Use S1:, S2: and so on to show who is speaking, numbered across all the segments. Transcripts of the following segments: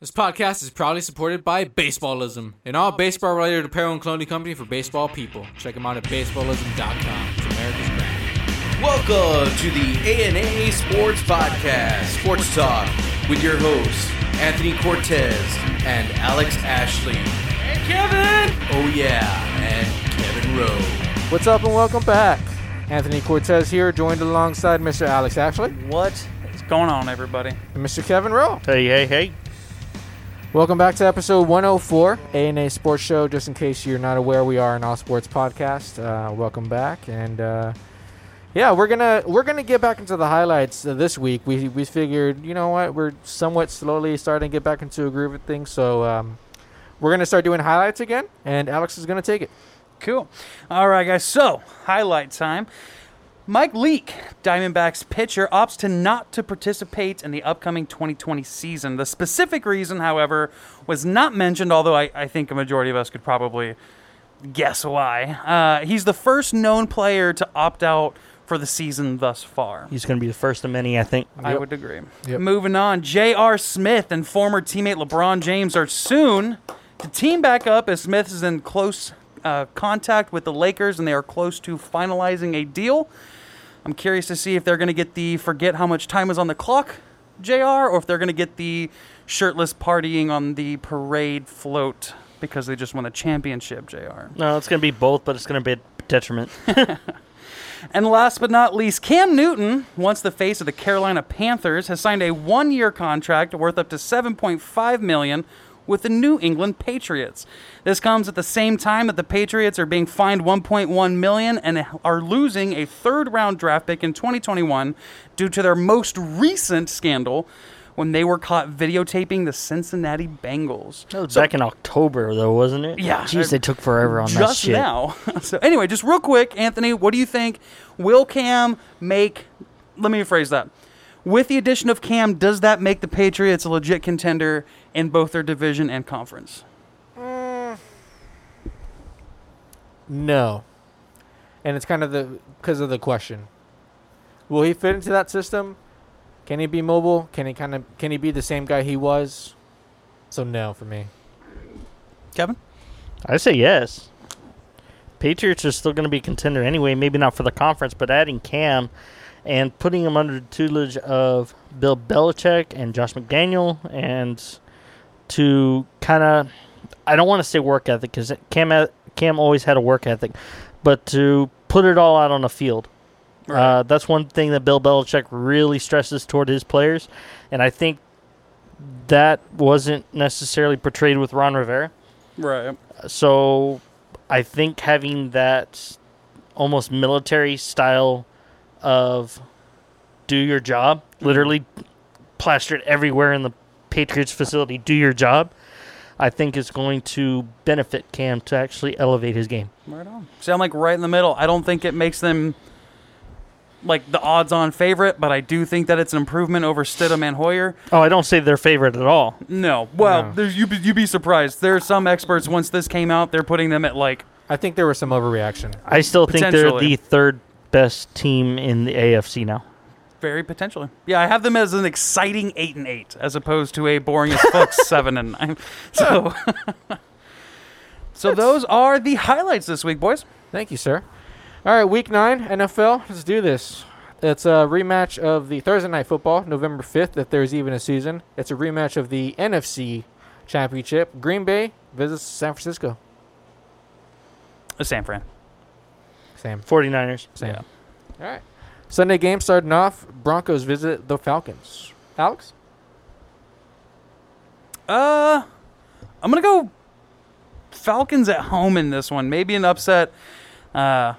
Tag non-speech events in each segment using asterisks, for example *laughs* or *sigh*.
S1: This podcast is proudly supported by Baseballism, an all baseball related apparel and clothing company for baseball people. Check them out at baseballism.com. It's America's brand.
S2: Welcome to the ANA Sports Podcast, Sports Talk, with your hosts, Anthony Cortez and Alex Ashley. And Kevin! Oh, yeah, and Kevin Rowe.
S3: What's up and welcome back.
S1: Anthony Cortez here, joined alongside Mr. Alex Ashley
S3: What?
S4: What's going on, everybody?
S1: and Mr. Kevin Rowe.
S4: Hey, hey, hey.
S1: Welcome back to episode 104, A&A Sports Show. Just in case you're not aware, we are an all sports podcast. Uh, welcome back, and uh, yeah, we're gonna we're gonna get back into the highlights uh, this week. We we figured, you know what, we're somewhat slowly starting to get back into a groove of things, so um, we're gonna start doing highlights again, and Alex is gonna take it.
S4: Cool. All right, guys. So, highlight time. Mike Leake, Diamondbacks pitcher, opts to not to participate in the upcoming 2020 season. The specific reason, however, was not mentioned, although I, I think a majority of us could probably guess why. Uh, he's the first known player to opt out for the season thus far.
S5: He's going to be the first of many, I think.
S4: I
S1: Yep.
S4: would agree.
S1: Yep.
S4: Moving on, J.R. Smith and former teammate LeBron James are soon to team back up as Smith is in close uh, contact with the Lakers and they are close to finalizing a deal. I'm curious to see if they're going to get the forget how much time is on the clock, JR, or if they're going to get the shirtless partying on the parade float because they just won the championship, JR.
S5: No, it's going to be both, but it's going to be a
S4: *laughs*
S5: detriment.
S4: And last but not least, Cam Newton, once the face of the Carolina Panthers, has signed a one-year contract worth up to 7.5 million with the New England Patriots. This comes at the same time that the Patriots are being fined 1.1 million and are losing a third-round draft pick in 2021 due to their most recent scandal when they were caught videotaping the Cincinnati Bengals.
S5: That was back in October, though, wasn't it?
S4: Yeah.
S5: Jeez, they took forever on that
S4: just
S5: shit.
S4: now. *laughs* so anyway, just real quick, Anthony, what do you think? Will Cam make? Let me rephrase that. With the addition of Cam, does that make the Patriots a legit contender in both their division and conference?
S1: No, and it's kind of the because of the question: Will he fit into that system? Can he be mobile? Can he kind of can he be the same guy he was? So no for me.
S4: Kevin,
S5: I say yes. Patriots are still going to be a contender anyway, maybe not for the conference, but adding Cam and putting him under the tutelage of Bill Belichick and Josh McDaniel and to kind of, I don't want to say work ethic because Cam, Cam always had a work ethic, but to put it all out on the field. Uh, that's one thing that Bill Belichick really stresses toward his players, and I think that wasn't necessarily portrayed with Ron Rivera.
S4: right.
S5: So I think having that almost military style of do your job, literally plastered everywhere in the Patriots facility, do your job, I think is going to benefit Cam to actually elevate his game.
S4: Right on. See, I'm like right in the middle. I don't think it makes them like the odds-on favorite, but I do think that it's an improvement over Stidham and Hoyer.
S5: Oh, I don't say they're favorite at all.
S4: No, well,
S1: No.
S4: There's, you'd, be, you'd be surprised. There are some experts. Once this came out, they're putting them at like
S1: I think there was some overreaction.
S5: I still think they're
S4: Potentially.
S5: the third best team in the AFC now.
S4: Very potentially. Yeah, I have them as an exciting eight and eight, as opposed to a boring as fuck seven and nine. So, *laughs* so those are the highlights this week, boys.
S1: Thank you, sir. All right, week nine, NFL. Let's do this. It's a rematch of the Thursday night football, November 5th, if there's even a season. It's a rematch of the NFC Championship. Green Bay visits San Francisco.
S4: Uh, San Fran.
S1: Sam.
S5: 49ers.
S1: Sam. All right. Sunday game starting off. Broncos visit the Falcons. Alex?
S4: Uh, I'm gonna go Falcons at home in this one. Maybe an upset. Uh,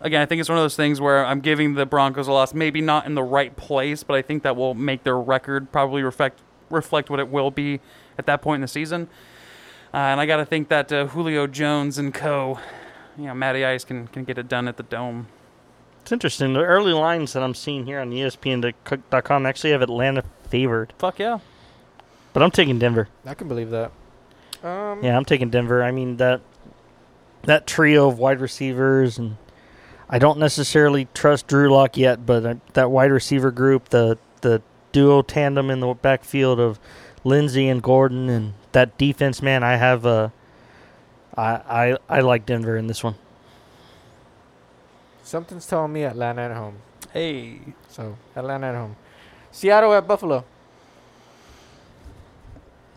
S4: again, I think it's one of those things where I'm giving the Broncos a loss. Maybe not in the right place, but I think that will make their record probably reflect reflect what it will be at that point in the season. Uh, and I got to think that uh, Julio Jones and co, you know, Matty Ice can can get it done at the dome.
S5: It's interesting. The early lines that I'm seeing here on E ESPN.com actually have Atlanta favored,
S4: Fuck yeah.
S5: but I'm taking Denver.
S1: I can believe that. Um,
S5: Yeah, I'm taking Denver. I mean that that trio of wide receivers, and I don't necessarily trust Drew Lock yet, but uh, that wide receiver group, the the duo tandem in the backfield of Lindsey and Gordon and that defense, man, I have uh, I, I I like Denver in this one.
S1: Something's telling me Atlanta at home.
S4: Hey.
S1: So Atlanta at home. Seattle at Buffalo.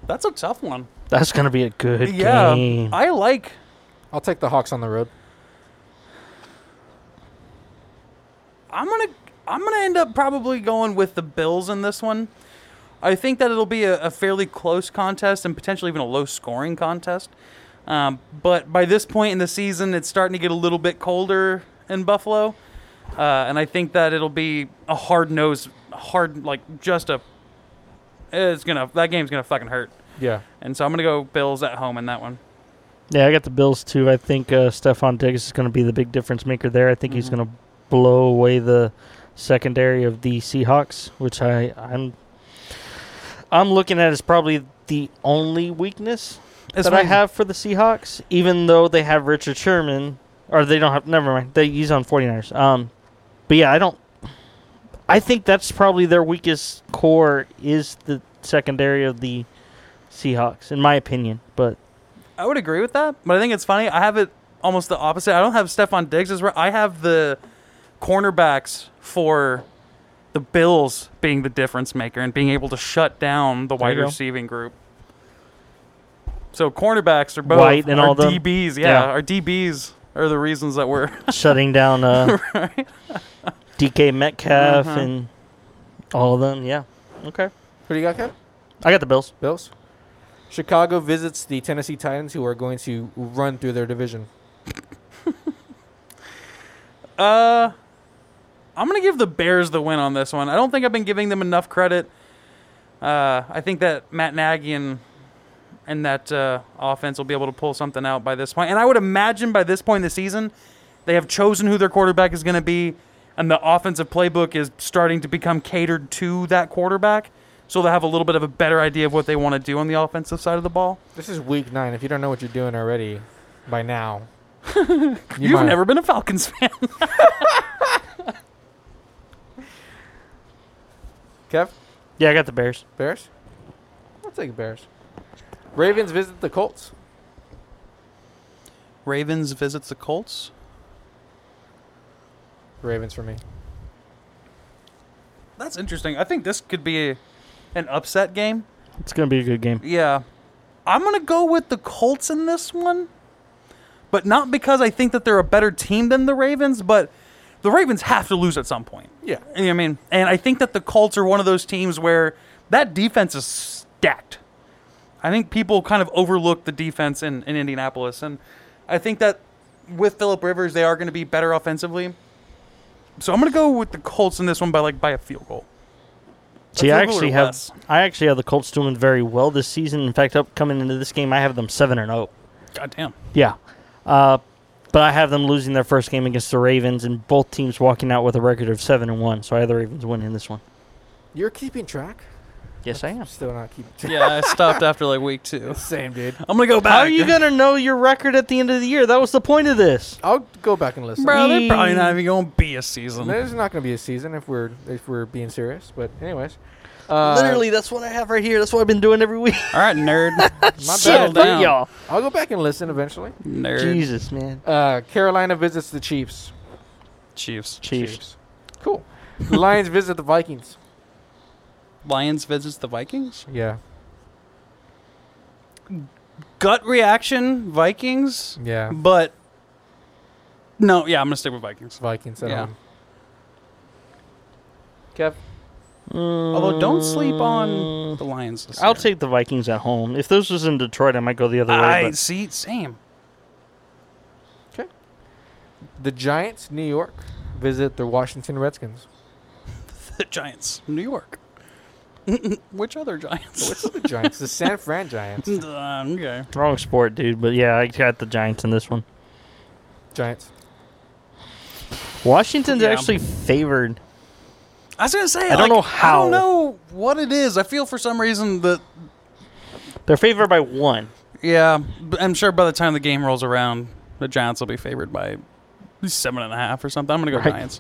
S4: That's a tough one.
S5: That's gonna be a good
S4: yeah.
S5: game.
S4: I like
S1: I'll take the Hawks on the road.
S4: I'm gonna I'm gonna end up probably going with the Bills in this one. I think that it'll be a, a fairly close contest and potentially even a low scoring contest. Um, but by this point in the season, it's starting to get a little bit colder in Buffalo, uh, and I think that it'll be a hard nose, hard like just a. It's gonna that game's gonna fucking hurt,
S1: Yeah.
S4: and so I'm gonna go Bills at home in that one.
S5: yeah, I got the Bills too. I think uh, Stefan Diggs is gonna be the big difference maker there. I think he's
S4: Mhm.
S5: gonna blow away the secondary of the Seahawks, which I I'm I'm looking at as probably the only weakness
S4: It's
S5: that I
S4: my-
S5: have for the Seahawks, even though they have Richard Sherman, or they don't have. Never mind. They, he's on 49ers. Um, but yeah, I don't. I think that's probably their weakest core is the secondary of the Seahawks, in my opinion. But
S4: I would agree with that, but I think it's funny. I have it almost the opposite. I don't have Stephon Diggs as right. I have the cornerbacks for the Bills being the difference maker and being able to shut down the
S5: There you
S4: wide
S5: go.
S4: receiving group. So cornerbacks are both
S5: White and
S4: our
S5: all them?
S4: DBs. Yeah,
S5: Yeah.
S4: our DBs are the reasons that we're
S5: shutting down uh, DK Metcalf
S4: Uh-huh.
S5: and all of them, yeah. Okay,
S1: Who do you got, Kev?
S5: I got the Bills.
S1: Bills. Chicago visits the Tennessee Titans, who are going to run through their division.
S4: Uh, I'm gonna give the Bears the win on this one. I don't think I've been giving them enough credit. Uh, I think that Matt Nagy and and that uh, offense will be able to pull something out by this point. And I would imagine by this point in the season, they have chosen who their quarterback is going to be, and the offensive playbook is starting to become catered to that quarterback. So they'll have a little bit of a better idea of what they want to do on the offensive side of the ball.
S1: This is week nine. If you don't know what you're doing already by now, you
S4: You've
S1: might-
S4: never been a Falcons *laughs* fan.
S1: Kev,
S5: Yeah, I got the Bears.
S1: Bears? I'll take Bears. Ravens visit the Colts.
S4: Ravens visits the Colts.
S1: Ravens for me.
S4: That's interesting. I think this could be an upset game.
S5: It's gonna be a good game.
S4: Yeah. I'm going to go with the Colts in this one, but not because I think that they're a better team than the Ravens, but the Ravens have to lose at some point.
S1: Yeah.
S4: You know what I mean? And I think that the Colts are one of those teams where that defense is stacked. I think people kind of overlook the defense in, in Indianapolis. And I think that with Philip Rivers, they are going to be better offensively. So I'm going to go with the Colts in this one by like by a field goal.
S5: See,
S4: A
S5: I
S4: field goal or
S5: actually have
S4: less.
S5: I actually have the Colts doing very well this season. In fact, up coming into this game, I have them seven and zero.
S4: God damn.
S5: Yeah. Uh, but I have them losing their first game against the Ravens and both teams walking out with a record of 7 and 1. So I have the Ravens winning this one.
S1: You're keeping track?
S5: Yes, I am.
S1: Still not keeping *laughs* track.
S4: Yeah, I stopped after like week two.
S1: Same, dude.
S4: I'm gonna go back.
S5: How are you going to know your record at the end of the year? That was the point of this.
S1: I'll go back and listen.
S4: bro? They're probably not even gonna be a season.
S1: There's not going to be a season if we're if we're being serious. But anyways, uh,
S5: Literally, that's what I have right here. That's what I've been doing every week.
S4: All right,
S5: *laughs*
S4: nerd,
S1: my
S4: Settle
S1: bad.
S5: Fuck
S4: down.
S5: y'all.
S1: I'll go back and listen eventually.
S4: nerd.
S5: Jesus, man.
S1: Uh, Carolina visits the Chiefs.
S4: Chiefs.
S5: Chiefs.
S1: Cool. The Lions visit the Vikings.
S4: Lions visits the Vikings.
S1: Yeah,
S4: Gut reaction, Vikings.
S1: yeah.
S4: But no, yeah, I'm gonna stick with Vikings.
S1: Vikings at
S4: Yeah.
S1: home. Kev,
S4: Although don't sleep on
S5: Mm,
S4: the Lions. This
S5: I'll
S4: year.
S5: take the Vikings at home. If this was in Detroit, I might go the other way.
S4: I
S5: But
S4: see. Same.
S1: the Giants, New York, visit the Washington Redskins.
S4: The Giants, New York. *laughs* Which other *laughs* Giants?
S1: What's the Giants? the San Fran *laughs* Giants.
S4: um, okay.
S5: wrong sport, dude. But yeah, I got the Giants in this one.
S1: Giants.
S5: Washington's
S4: Yeah.
S5: actually favored.
S4: I was gonna say.
S5: I don't
S4: like,
S5: know
S4: I
S5: how.
S4: don't know what it is. I feel for some reason that
S5: They're favored by one.
S4: Yeah, b- I'm sure by the time the game rolls around, the Giants will be favored by seven and a half or something. I'm gonna go
S5: Right.
S4: Giants.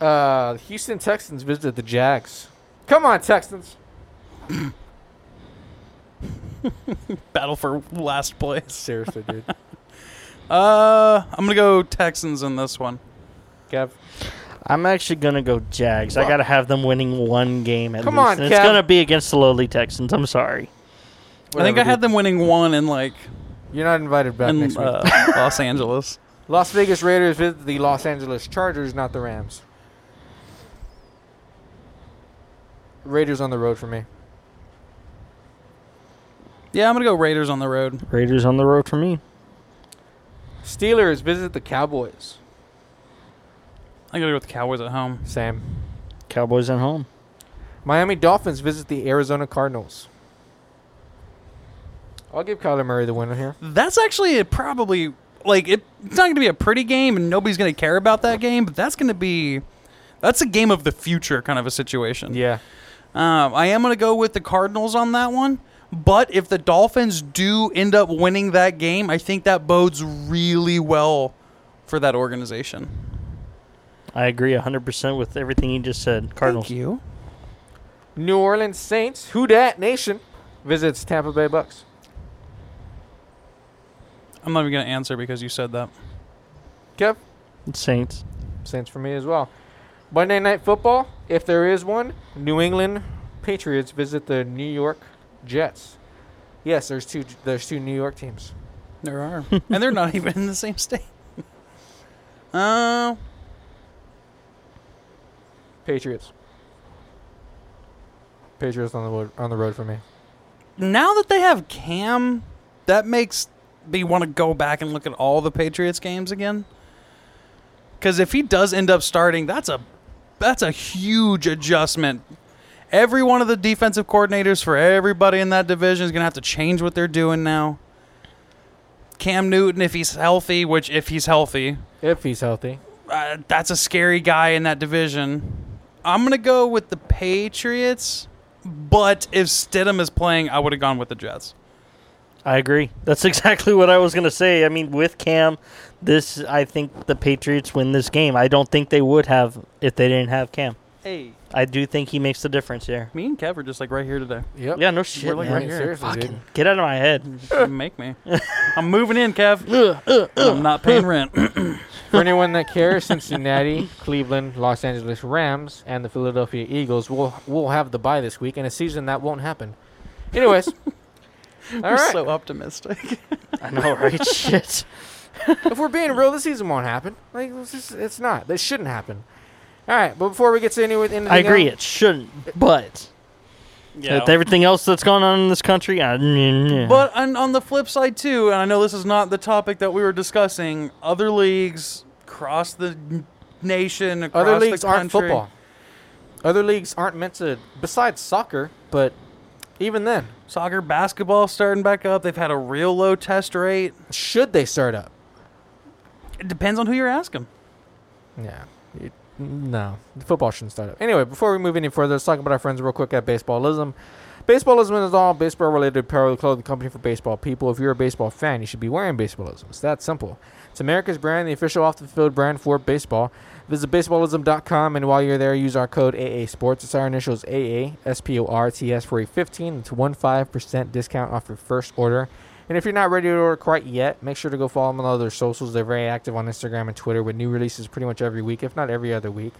S1: Uh, Houston Texans visit the Jags. Come on, Texans.
S4: Battle for last place.
S1: Seriously,
S4: *laughs*
S1: dude.
S4: Uh, I'm gonna go Texans in this one.
S1: Kev,
S5: I'm actually gonna go Jags. I gotta have them winning one game at
S1: Come
S5: least.
S1: on,
S5: and it's
S1: Kev.
S5: gonna be against the lowly Texans. I'm sorry.
S4: I think
S1: whatever,
S4: I had
S1: dude.
S4: them winning one in like
S1: You're not invited back
S4: in
S1: next week.
S4: uh, Los Angeles.
S1: Las Vegas Raiders visit the Los Angeles Chargers, not the Rams. Raiders on the road for me.
S4: Yeah, I'm gonna go Raiders on the road.
S5: Raiders on the road for me.
S1: Steelers visit the Cowboys.
S4: I'm gonna go with the Cowboys at home.
S1: Sam.
S5: Cowboys at home.
S1: Miami Dolphins visit the Arizona Cardinals. I'll give Kyler Murray the winner here.
S4: That's actually a probably like it, it's not gonna be a pretty game, and nobody's gonna care about that game. But that's gonna be that's a game of the future kind of a situation.
S1: Yeah.
S4: Um, I am going to go with the Cardinals on that one. But if the Dolphins do end up winning that game, I think that bodes really well for that organization.
S5: I agree 100% with everything you just said. Cardinals.
S4: Thank you.
S1: New Orleans Saints, who dat nation, visits Tampa Bay Bucks.
S4: I'm not even going to answer because you said that.
S1: Kev,
S5: Saints.
S1: Saints for me as well. Monday Night Football, if there is one, New England Patriots visit the New York Jets. Yes, there's two. There's two New York teams.
S4: There are. *laughs* and they're not even in the same state. *laughs* Uh,
S1: Patriots. Patriots on the road, on the road for me.
S4: now that they have Cam, that makes me want to go back and look at all the Patriots games again. Because if he does end up starting, that's a that's a huge adjustment. Every one of the defensive coordinators for everybody in that division is going to have to change what they're doing now. Cam Newton, if he's healthy, which if he's healthy,
S1: If he's healthy,
S4: uh, that's a scary guy in that division. I'm gonna go with the Patriots, but if Stidham is playing, I would have gone with the Jets.
S5: I agree. That's *laughs* exactly what I was going to say. I mean, with Cam, this I think the Patriots win this game. I don't think they would have if they didn't have Cam.
S4: Hey,
S5: I do think he makes the difference here.
S4: me and Kev are just like right here *laughs* today.
S1: yep.
S5: Yeah, no shit.
S4: like
S5: man.
S4: right here.
S1: Seriously, dude.
S5: Fucking get out of my head.
S4: You make me. I'm moving in, *laughs* Kev. I'm not paying *laughs* rent.
S1: For anyone that cares, Cincinnati, *laughs* Cleveland, Los Angeles Rams, and the Philadelphia Eagles will will have the bye this week in a season that won't happen. Anyways, all
S4: You're
S1: right.
S4: *laughs* so optimistic.
S5: *laughs* I know, right? *laughs* shit.
S1: if we're being real, the season won't happen. Like it's, just, it's not. This shouldn't happen. All right, but before we get to any with anything
S5: I agree.
S1: else-
S5: It shouldn't, but
S4: Yeah.
S5: with everything else that's going on in this country, I, mm,
S4: But on, on the flip side too, and I know this is not the topic that we were discussing. Other leagues across the n- nation, across
S1: other
S4: the
S1: leagues aren't
S4: country-
S1: football. Other leagues aren't meant to. Besides soccer, but even then,
S4: Soccer, basketball starting back up. They've had a real low test rate.
S1: should they start up?
S4: It depends on who you're asking.
S1: Yeah. It- no. Football shouldn't start up. Anyway, before we move any further, let's talk about our friends real quick at Baseballism. Baseballism is all baseball related apparel and clothing company for baseball people. If you're a baseball fan, you should be wearing baseballism. It's that simple. It's America's brand, the official off the field brand for baseball. Visit baseballism.com and while you're there, use our code AA Sports. It's our initials AA S P O R T S for a 15 to 15% discount off your first order. And if you're not ready to order quite yet, make sure to go follow them on all their socials. They're very active on Instagram and Twitter with new releases pretty much every week, if not every other week.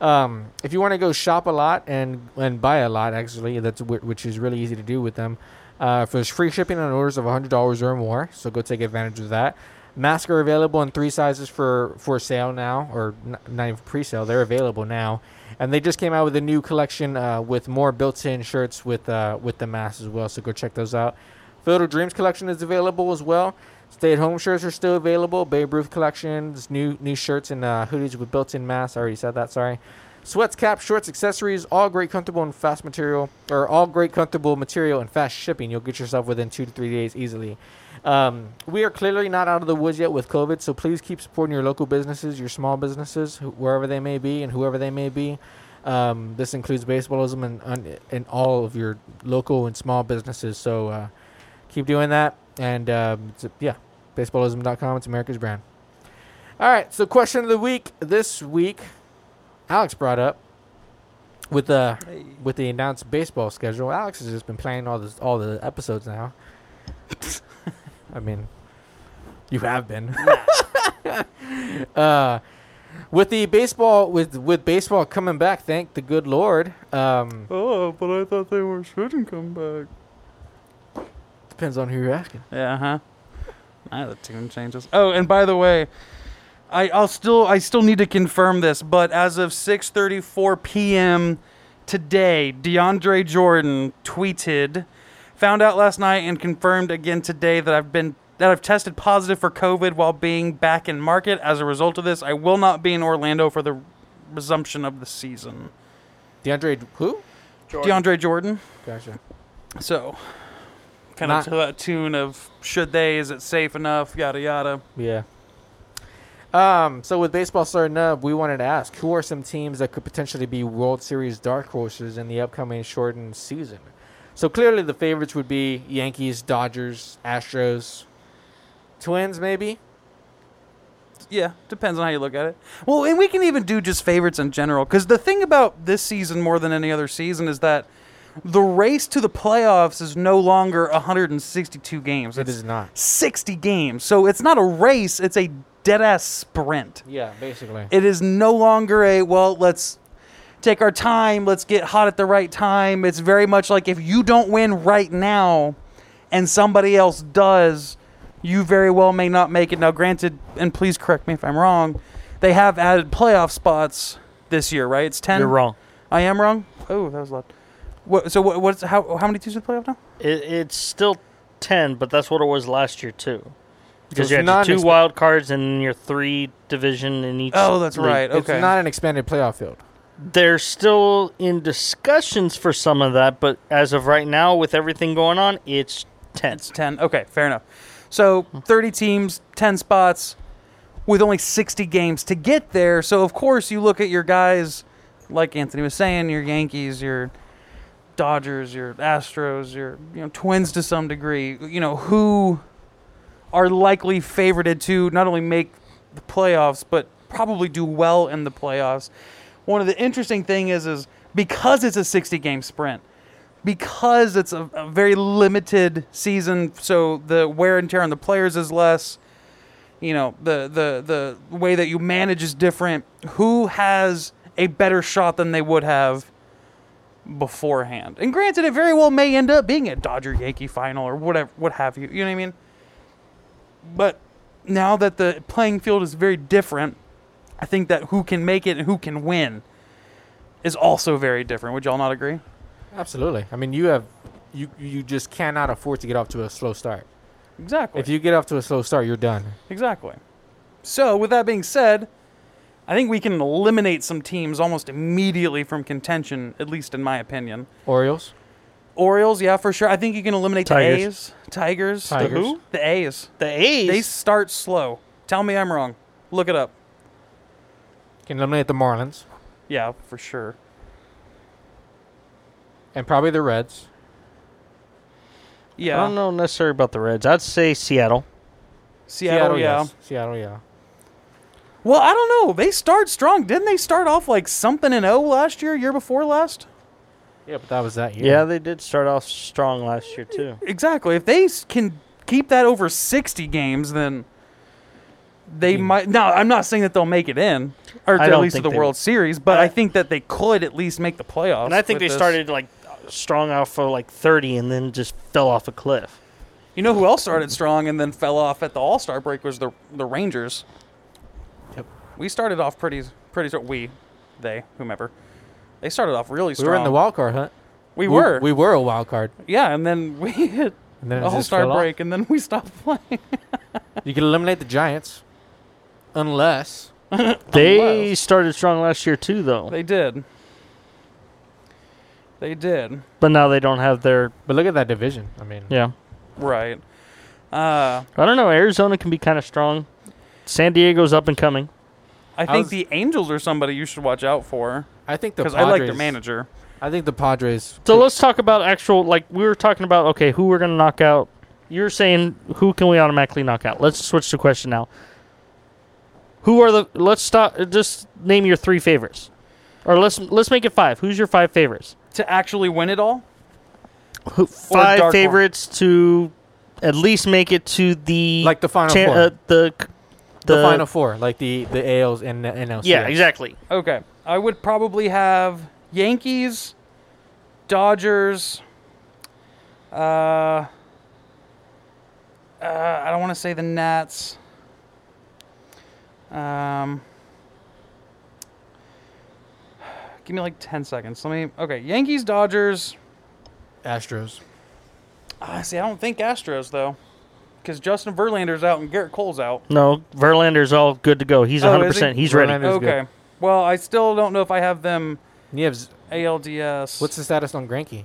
S1: Um, if you want to go shop a lot and and buy a lot, actually, that's wh- which is really easy to do with them. Uh, for free shipping on orders of hundred dollars or more, so go take advantage of that. Masks are available in three sizes for for sale now, or n- not even pre-sale. They're available now, and they just came out with a new collection uh, with more built-in shirts with uh, with the masks as well. So go check those out. Field of Dreams collection is available as well. Stay at home shirts are still available. Babe Ruth collections, new new shirts and uh, hoodies with built-in masks. I already said that. Sorry. Sweats, caps, shorts, accessories, all great, comfortable, and fast material, or all great, comfortable material and fast shipping. You'll get yourself within two to three days easily. Um, we are clearly not out of the woods yet with COVID, so please keep supporting your local businesses, your small businesses, wh- wherever they may be, and whoever they may be. Um, this includes baseballism and, and, and all of your local and small businesses. So uh, keep doing that. And um, it's, yeah, baseballism.com. It's America's brand. All right. So, question of the week this week, Alex brought up with the with the announced baseball schedule, Alex has just been playing all this all the episodes now. *laughs* I mean, you have been. *laughs* uh, with the baseball with with baseball coming back, thank the good Lord. Um,
S4: Oh, but I thought they were shouldn't come back.
S1: depends on who you're asking.
S4: Yeah, huh? Ah, the tune changes. Oh, and by the way, I, I'll still I still need to confirm this, but as of 6:34 p.m. today, DeAndre Jordan tweeted, found out last night and confirmed again today that I've been that I've tested positive for COVID while being back in market. As a result of this, I will not be in Orlando for the resumption of the season.
S1: DeAndre who?
S4: DeAndre Jordan.
S1: Gotcha.
S4: So, kind
S1: Not-
S4: of to that tune of should they, is it safe enough, yada yada.
S1: Yeah. Um, so with baseball starting up, we wanted to ask who are some teams that could potentially be World Series dark horses in the upcoming shortened season? So clearly the favorites would be Yankees, Dodgers, Astros, Twins, maybe.
S4: Yeah, depends on how you look at it. Well, and we can even do just favorites in general because the thing about this season more than any other season is that the race to the playoffs is no longer 162 games.
S1: It
S4: It's
S1: is not.
S4: 60 games. So it's not a race, it's a dead ass sprint.
S1: Yeah, basically.
S4: It is no longer a well, let's take our time, let's get hot at the right time. It's very much like if you don't win right now and somebody else does, you very well may not make it. Now, granted, and please correct me if I'm wrong, they have added playoff spots this year, right? It's 10.
S5: You're wrong.
S4: I am wrong. Oh, that was loud. What, so what, what's how how many teams are the playoff now?
S5: It, it's still ten, but that's what it was last year too. Because
S1: it's
S5: you had your
S1: not
S5: two
S1: an expe-
S5: wild cards and your three division in each.
S4: Oh, that's
S5: league.
S4: right.
S1: It's
S4: Okay.
S1: not an expanded playoff field.
S5: They're still in discussions for some of that, but as of right now, with everything going on, it's ten.
S4: It's 10. Okay, fair enough. So 30 teams, 10 spots, with only 60 games to get there. So, of course, you look at your guys, like Anthony was saying, your Yankees, your Dodgers, your Astros, your you know Twins to some degree, you know, who are likely favorited to not only make the playoffs, but probably do well in the playoffs. One of the interesting thing is is because it's a 60 game sprint, because it's a, a very limited season, so the wear and tear on the players is less. You know, the the the way that you manage is different. Who has a better shot than they would have beforehand? And granted, it very well may end up being a Dodger Yankee final or whatever, what have you. You know what I mean? But now that the playing field is very different, I think that who can make it and who can win is also very different. Would y'all not agree?
S1: Absolutely. I mean, you have you you just cannot afford to get off to a slow start.
S4: Exactly.
S1: If you get off to a slow start, you're done.
S4: Exactly. So, with that being said, I think we can eliminate some teams almost immediately from contention, at least in my opinion.
S1: Orioles.
S4: Orioles, yeah, for sure. I think you can eliminate
S5: Tigers.
S4: the A's. Tigers.
S1: Tigers.
S4: The who? The A's.
S5: The A's.
S4: They start slow. Tell me I'm wrong. Look it up.
S1: Can eliminate the Marlins
S4: Yeah, for sure.
S1: and probably the Reds.
S5: I don't
S4: Yeah.
S5: know necessarily about the Reds. I'd say Seattle.
S4: Seattle, yeah.
S1: yes. Seattle, yeah.
S4: Well, I don't know. They start strong. Didn't they start off like something in O last year, year before last?
S1: Yeah, but that was that year.
S5: Yeah, they did start off strong last year too.
S4: Exactly. If they s- can keep that over 60 games, then they
S1: Hmm.
S4: might. No, I'm not saying that they'll make it in, or
S5: I
S4: at
S5: don't
S4: least to
S5: think
S4: the
S5: they
S4: World
S5: will.
S4: Series, but I,
S5: I-
S4: think that they could at least make the playoffs.
S5: And I think
S4: with
S5: they
S4: this.
S5: started like strong off of like thirty, and then just fell off a cliff.
S4: You know who else started strong and then fell off at the All Star break was the the Rangers.
S1: Yep.
S4: We started off pretty pretty. str- We, they, whomever, they started off really
S1: we
S4: strong.
S1: were in the wild card hunt.
S4: We were.
S1: We were a wild card.
S4: yeah, and then we *laughs* hit
S1: And then it
S4: the
S1: just
S4: All Star
S1: fell off.
S4: break, and then we stopped *laughs* playing.
S1: You can eliminate the Giants, unless
S5: They started strong last year too, though.
S4: they did. They did.
S5: But now they don't have their
S1: but look at that division. I mean,
S5: yeah.
S4: Right. Uh,
S5: I don't know. Arizona can be kind of strong. San Diego's up and coming.
S4: I think
S1: How's-
S4: the Angels are somebody you should watch out for
S1: I think the
S4: because
S1: Padres.
S4: I like their manager.
S1: I think the Padres.
S5: So let's talk about actual like we were talking about. Okay, who we're gonna knock out? You're saying who can we automatically knock out? Let's switch the question now. Who are the? Let's stop. Just name your three favorites. Or let's let's make it five. Who's your five favorites?
S4: to actually win it all.
S5: Who,
S4: dark one.
S5: five favorites to at least make it to the
S1: Like the final
S5: cha-
S1: four.
S5: uh, the, c-
S1: the, final four, like the the ALs and the NLCS.
S5: Yeah, exactly.
S4: Okay. I would probably have Yankees, Dodgers, uh, uh I don't want to say the Nats. Um Give me like 10 seconds. Let me Okay, Yankees, Dodgers.
S1: Astros.
S4: Ah, see, I don't think Astros though. Cuz Justin Verlander's out and Garrett Cole's out.
S5: No, Verlander's all good to go. He's
S4: Oh, is
S5: 100. percent
S4: he?
S5: He's ready.
S1: Verlander- Verlander's good.
S4: Okay. Well, I still don't know if I have them
S1: You have Z-
S4: ALDS.
S1: what's the status on Granky?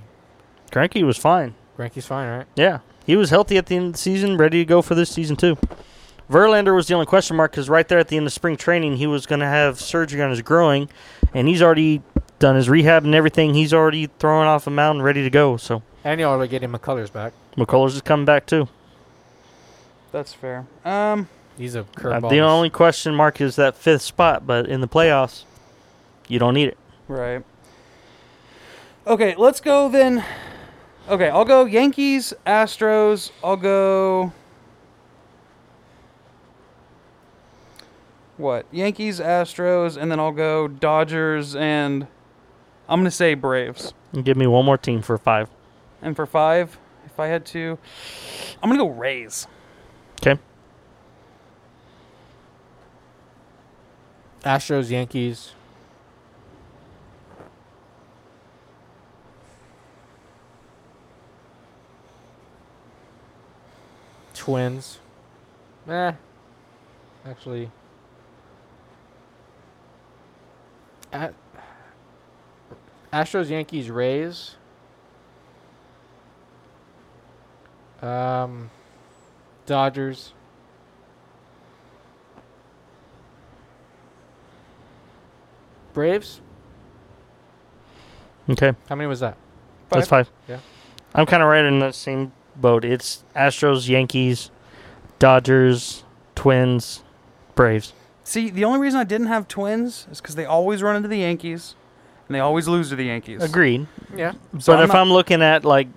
S5: Granky was fine.
S1: Granky's fine, right?
S5: Yeah, he was healthy at the end of the season, ready to go for this season too. Verlander was the only question mark because right there at the end of spring training, he was going to have surgery on his groin, and he's already done his rehab and everything. He's already thrown off a mound, ready to go. So
S1: And you already getting McCullers back.
S5: McCullers is coming back too.
S4: That's fair. Um,
S1: He's a
S5: Uh,
S1: curveball.
S5: the only question mark is that fifth spot, but in the playoffs, you don't need it.
S4: right. Okay, let's go then. Okay, I'll go Yankees, Astros. I'll go. What? Yankees, Astros, and then I'll go Dodgers and I'm gonna say Braves.
S5: And give me one more team for five.
S4: And for five, if I had to, I'm gonna go Rays.
S5: Okay.
S1: Astros, Yankees. Twins. Eh. Actually. A- Astros, Yankees, Rays. Um, Dodgers. Braves?
S5: Okay.
S1: How many was that?
S5: That's five.
S1: Yeah.
S5: I'm kind of right in that same boat. It's Astros, Yankees, Dodgers, Twins, Braves.
S4: See, the only reason I didn't have Twins is because they always run into the Yankees, and they always lose to the Yankees.
S5: Agreed.
S1: Yeah.
S4: So
S5: but
S4: I'm
S5: if
S4: not-
S5: I'm looking at like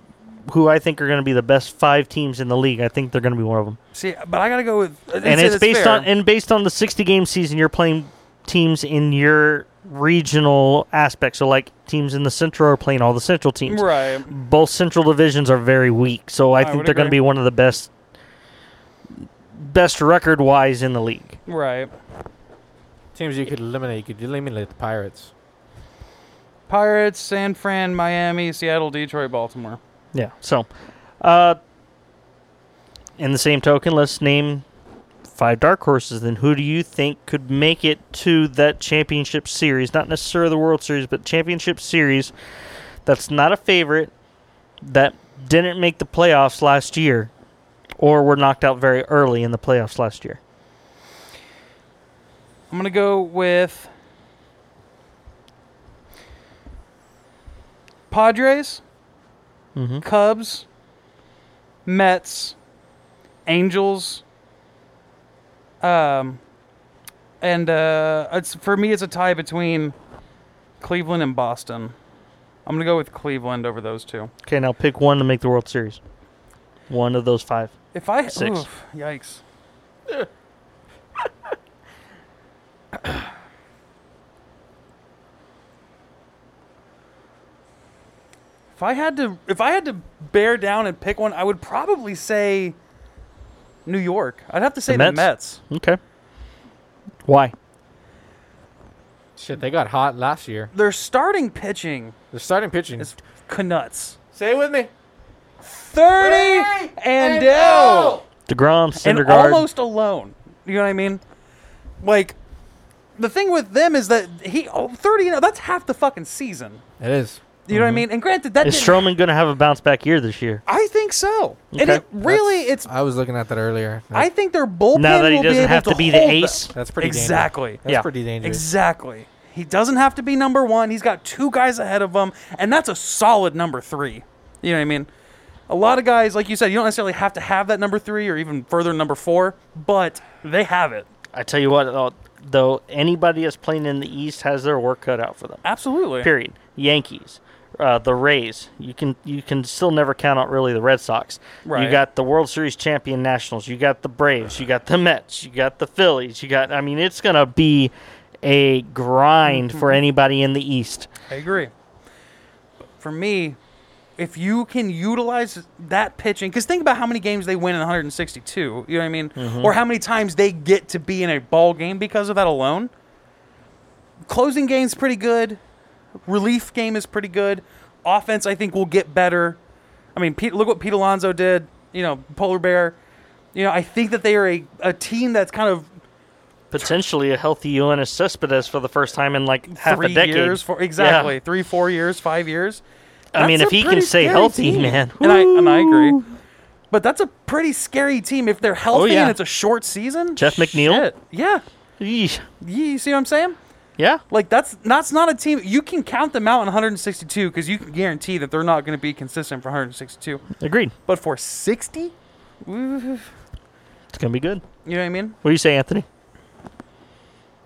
S5: who I think are going to be the best five teams in the league, I think they're going to be one of them.
S4: See, but I gotta go with. I'd
S5: and
S4: say
S5: it's
S4: that's
S5: based
S4: fair.
S5: on and based on the 60 game season, you're playing teams in your regional aspect. So like teams in the Central are playing all the Central teams.
S4: right.
S5: both central divisions are very weak, so I,
S4: I
S5: think
S4: would
S5: they're going to
S4: agree.
S5: be one of the best best record wise in the league.
S4: Right.
S1: Teams you could eliminate. You could eliminate the Pirates.
S4: Pirates, San Fran, Miami, Seattle, Detroit, Baltimore.
S5: Yeah. So, uh, in the same token, let's name five dark horses. Then, who do you think could make it to that championship series? Not necessarily the World Series, but championship series. That's not a favorite. That didn't make the playoffs last year, or were knocked out very early in the playoffs last year.
S4: I'm gonna go with Padres,
S5: Mm-hmm.
S4: Cubs, Mets, Angels. Um, and uh, it's for me, it's a tie between Cleveland and Boston. I'm gonna go with Cleveland over those two.
S5: Okay, now pick one to make the World Series. One of those five.
S4: If I
S5: Six.
S4: oof, yikes. *coughs* if I had to, if I had to bear down and pick one, I would probably say New York. I'd have to say the Mets.
S5: Mets? Okay. Why?
S1: Shit, they got hot last year.
S4: Their starting pitching
S1: They're starting pitching.
S4: is canuts.
S1: Say it with me.
S4: Thirty and oh! out.
S5: DeGrom,
S4: and
S5: Syndergaard.
S4: almost alone. You know what I mean? Like the thing with them is that he oh, 30 you know, that's half the fucking season.
S1: It is.
S4: You
S5: Mm-hmm.
S4: know what I mean? And granted that
S5: is
S4: didn't-
S5: Stroman going to have a bounce back year this year?
S4: I think so. And
S5: Okay.
S4: it really it's
S1: I was looking at that earlier. That's,
S4: I think their bullpen
S5: Now that he
S4: will be
S5: doesn't
S4: able
S5: have to be the
S4: hold them.
S5: ace?
S1: that's pretty dangerous.
S4: exactly.
S1: That's
S5: Yeah.
S1: pretty dangerous.
S4: Exactly. He doesn't have to be number 1. He's got two guys ahead of him and that's a solid number 3. You know what I mean? A lot of guys like you said you don't necessarily have to have that number 3 or even further number 4, but they have it.
S5: I tell you what, though- though, anybody that's playing in the East has their work cut out for them.
S4: Absolutely.
S5: Period. Yankees, uh, the Rays. You can you can still never count out really the Red Sox.
S4: Right.
S5: You got the World Series champion Nationals. You got the Braves. You got the Mets. You got the Phillies. You got. I mean, it's gonna be a grind
S4: Mm-hmm.
S5: for anybody in the East.
S4: I agree. But for me, if you can utilize that pitching, because think about how many games they win in 162. You know what I mean? Or how many times they get to be in a ball game because of that alone. Closing game's pretty good. Relief game is pretty good. Offense, I think, will get better. I mean, Pete, look what Pete Alonso did. You know, polar bear. You know, I think that they are a, a team that's kind of
S5: Potentially a healthy Ioannis Cespedes for the first time in like half
S4: three
S5: a decade.
S4: years, four,
S5: Yeah.
S4: exactly three, four years, five years.
S5: I mean,
S4: That's
S5: if
S4: a
S5: he can
S4: pretty
S5: stay
S4: scary
S5: healthy,
S4: team.
S5: man.
S4: and I and I agree. But that's a pretty scary team if they're healthy
S5: yeah.
S4: and it's a short season.
S5: Jeff McNeil?
S4: Shit. yeah,
S5: Yeesh.
S4: Ye- you see what I'm saying?
S5: Yeah.
S4: Like that's that's not a team you can count them out in 162 because you can guarantee that they're not going to be consistent for 162.
S5: Agreed.
S4: But for 60, Ooh.
S5: It's gonna be good.
S4: you know what I mean?
S5: What do you say, Anthony?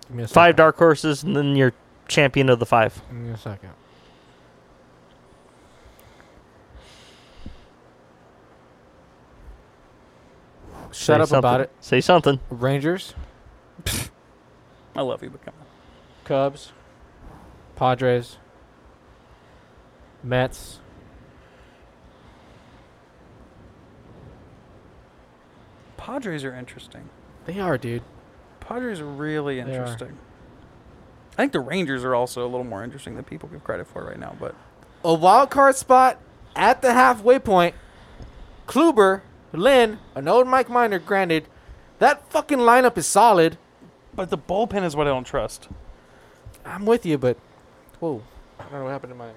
S1: Give me a second.
S5: Five dark horses, and then you're champion of the five.
S1: Give me a second. Shut
S5: Say
S1: up about
S5: something.
S1: it.
S5: Say something.
S1: Rangers,
S4: I love you, but come on.
S1: Cubs, Padres, Mets.
S4: Padres are interesting.
S1: They are, dude.
S4: Padres are really
S1: are.
S4: interesting. I think the Rangers are also a little more interesting than people give credit for right now. But
S1: A wild card spot at the halfway point. Kluber, Lynn, an old Mike Miner, granted. That fucking lineup is solid.
S4: but the bullpen is what I don't trust.
S1: I'm with you, but whoa, I don't know what happened to my. Can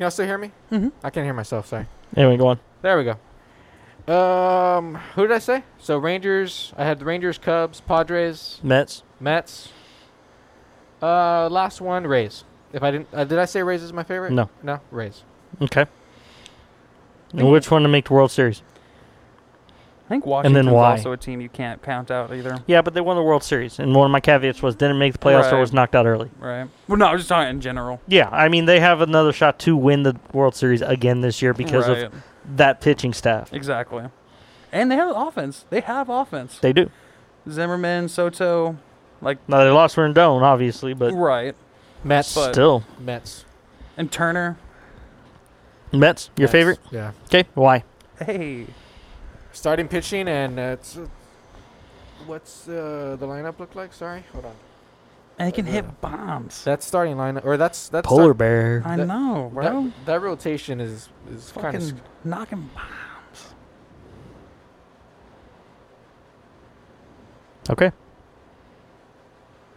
S1: y'all still hear me? Mm-hmm. I can't hear myself. Sorry.
S5: Anyway, go on.
S1: There we go. Um, who did I say? So Rangers. I had the Rangers, Cubs, Padres,
S5: Mets.
S1: Mets. Uh, last one, Rays. If I didn't, uh, did I say Rays is my favorite?
S5: No.
S1: no, Rays.
S5: Okay. And which one to make the World Series?
S4: I think Washington's
S5: why?
S4: also a team you can't count out either.
S5: Yeah, but they won the World Series, and one of my caveats was didn't make the playoffs
S4: Right.
S5: or was knocked out early.
S4: Right. Well, no, I was just talking in general.
S5: Yeah, I mean they have another shot to win the World Series again this year because
S4: right.
S5: of that pitching staff.
S4: exactly. And they have offense. They have offense.
S5: They do.
S4: Zimmerman, Soto, like
S5: Now they lost Rendon, obviously, but
S4: right,
S1: Mets.
S4: But-
S5: still
S1: Mets.
S4: and Turner.
S5: Mets. Your
S1: Mets.
S5: favorite?
S1: Yeah.
S5: Okay, why?
S4: Hey,
S1: Starting pitching and uh, it's. Uh, What's uh, the lineup look like? Sorry, hold on.
S4: and they can hit bombs.
S1: That's starting lineup, or that's that's
S5: Polar
S1: start-
S5: bear.
S4: I
S1: that-
S4: know, bro.
S1: That, that rotation is is kind
S4: Fucking
S1: of
S4: knocking bombs.
S5: Okay.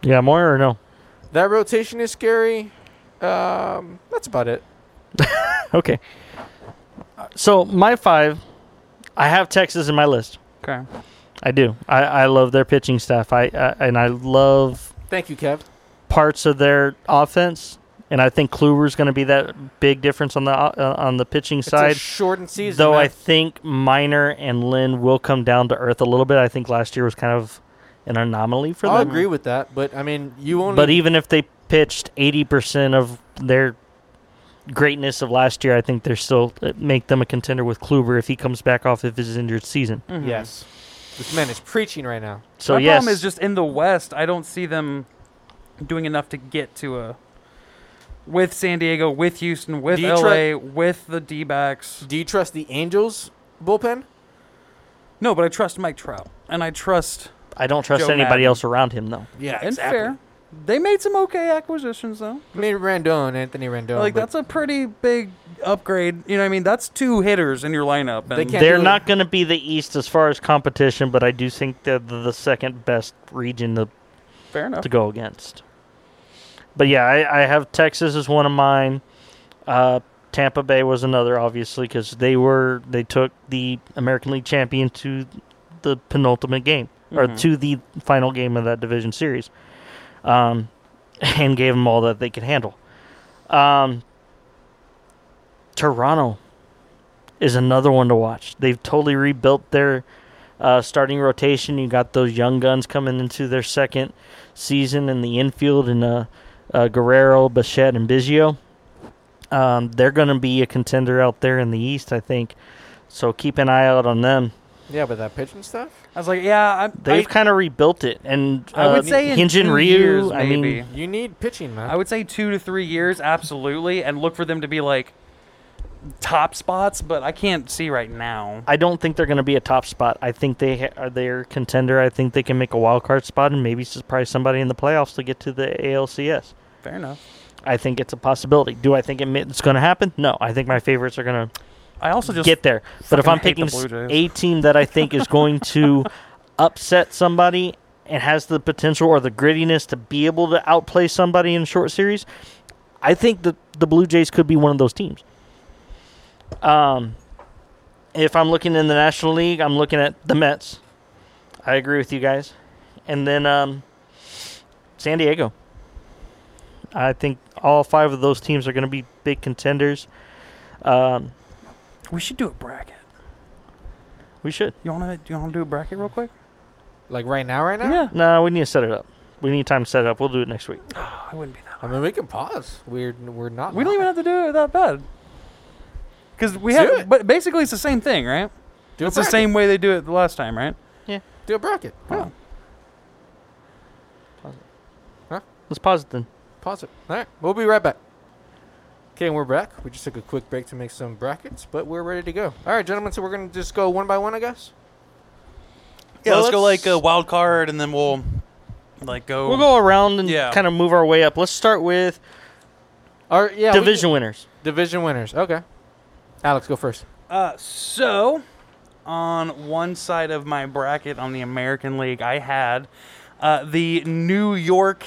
S5: Yeah, more or no? *laughs*
S1: That rotation is scary. Um, that's about it.
S5: Okay. Uh, So my five, I have Texas in my list.
S4: Okay.
S5: I do. I, I love their pitching staff. I, I and I love
S1: Thank you, Kev.
S5: parts of their offense, and I think Kluber's going to be that big difference on the uh, on the pitching side.
S1: it's a shortened season.
S5: Though I
S1: man.
S5: think Miner and Lynn will come down to earth a little bit. I think last year was kind of an anomaly for
S1: I'll
S5: them.
S1: agree with that, but I mean, you only.
S5: But even if they pitched eighty percent of their greatness of last year, I think they're still uh, make them a contender with Kluber if he comes back off of his injured season.
S4: Mhm.
S1: yes, this man is preaching right now.
S5: So
S4: My
S5: yes,
S4: problem is just in the West. I don't see them doing enough to get to a with San Diego, with Houston, with
S1: Detroit-
S4: LA, with the D-backs.
S1: Do you trust the Angels bullpen?
S4: No, but I trust Mike Trout, and I trust
S5: I don't trust
S4: Joe
S5: anybody
S4: Madden.
S5: else around him though.
S1: Yeah,
S4: and fair. They made some okay acquisitions though.
S1: I mean, Rendon, Anthony Rendon.
S4: like
S1: but
S4: that's a pretty big upgrade. You know what I mean? That's two hitters in your lineup.
S1: They
S4: And
S1: can't-
S5: They're
S1: do it.
S5: not going to be the East as far as competition, but I do think they're the the second best region to,
S4: fair enough.
S5: to go against. But yeah, I, I have Texas as one of mine. Uh, Tampa Bay was another, obviously, because they were they took the American League champion to the penultimate game or
S4: Mhm.
S5: to the final game of that division series, um, *laughs* and gave them all that they could handle. Um, Toronto is another one to watch. They've totally rebuilt their uh, starting rotation. You got those young guns coming into their second season in the infield in uh, uh, Guerrero, Bichette, and Biggio. Um, they're going to be a contender out there in the East, I think. So keep an eye out on them.
S1: Yeah, but that pitching stuff.
S4: I was like, yeah, I, I,
S5: They've kind of rebuilt it, and uh,
S4: I would say in
S5: Hyunjin
S4: two
S5: Ryu.
S4: years,
S5: I mean,
S4: maybe.
S1: You need pitching, man.
S4: I would say two to three years, absolutely, and look for them to be like top spots, but I can't see right now.
S5: I don't think they're going to be a top spot. I think they ha- are their contender. I think they can make a wild card spot and maybe surprise somebody in the playoffs to get to the ALCS.
S4: Fair enough.
S5: I think it's a possibility. Do I think it ma- it's going to happen? No. I think my favorites are going
S4: I also
S5: to
S4: just
S5: get there. But if
S4: fucking
S5: I'm
S4: hate the
S5: picking s-
S4: Blue Jays.
S5: a team that I think is going
S4: *laughs*
S5: to upset somebody and has the potential or the grittiness to be able to outplay somebody in a short series, I think that the Blue Jays could be one of those teams. Um, if I'm looking in the National League, I'm looking at the Mets. I agree with you guys. And then um, San Diego. I think all five of those teams are going to be big contenders. Um,
S4: we should do a bracket.
S5: we should.
S4: You wanna do you wanna do a bracket real quick?
S1: like right now, right now.
S5: No, we need to set it up. We need time to set it up. We'll do it next week.
S4: I wouldn't be that.
S1: I mean, we can pause. We're we're not.
S4: We don't even
S1: live.
S4: have to do it that bad. Because we
S1: Do
S4: have,
S1: it.
S4: but basically it's the same thing, right?
S1: do a
S4: It's the
S1: bracket.
S4: same way they do it the last time, right?
S1: Do a bracket. Yeah.
S5: Let's pause it then.
S1: Pause it. All right, we'll be right back. Okay, and we're back. We just took a quick break to make some brackets, but we're ready to go. All right, gentlemen. So we're gonna just go one by one, I guess.
S4: Yeah,
S5: Well,
S4: let's go
S5: let's-
S4: like uh, a wild card, and then we'll like go.
S5: We'll go around and
S4: Yeah.
S5: kind of move our way up. Let's start with
S1: All right, yeah. we
S5: division winners.
S1: can- division winners. Okay. Alex, go first.
S4: Uh, so, on one side of my bracket on the American League, I had uh, the New York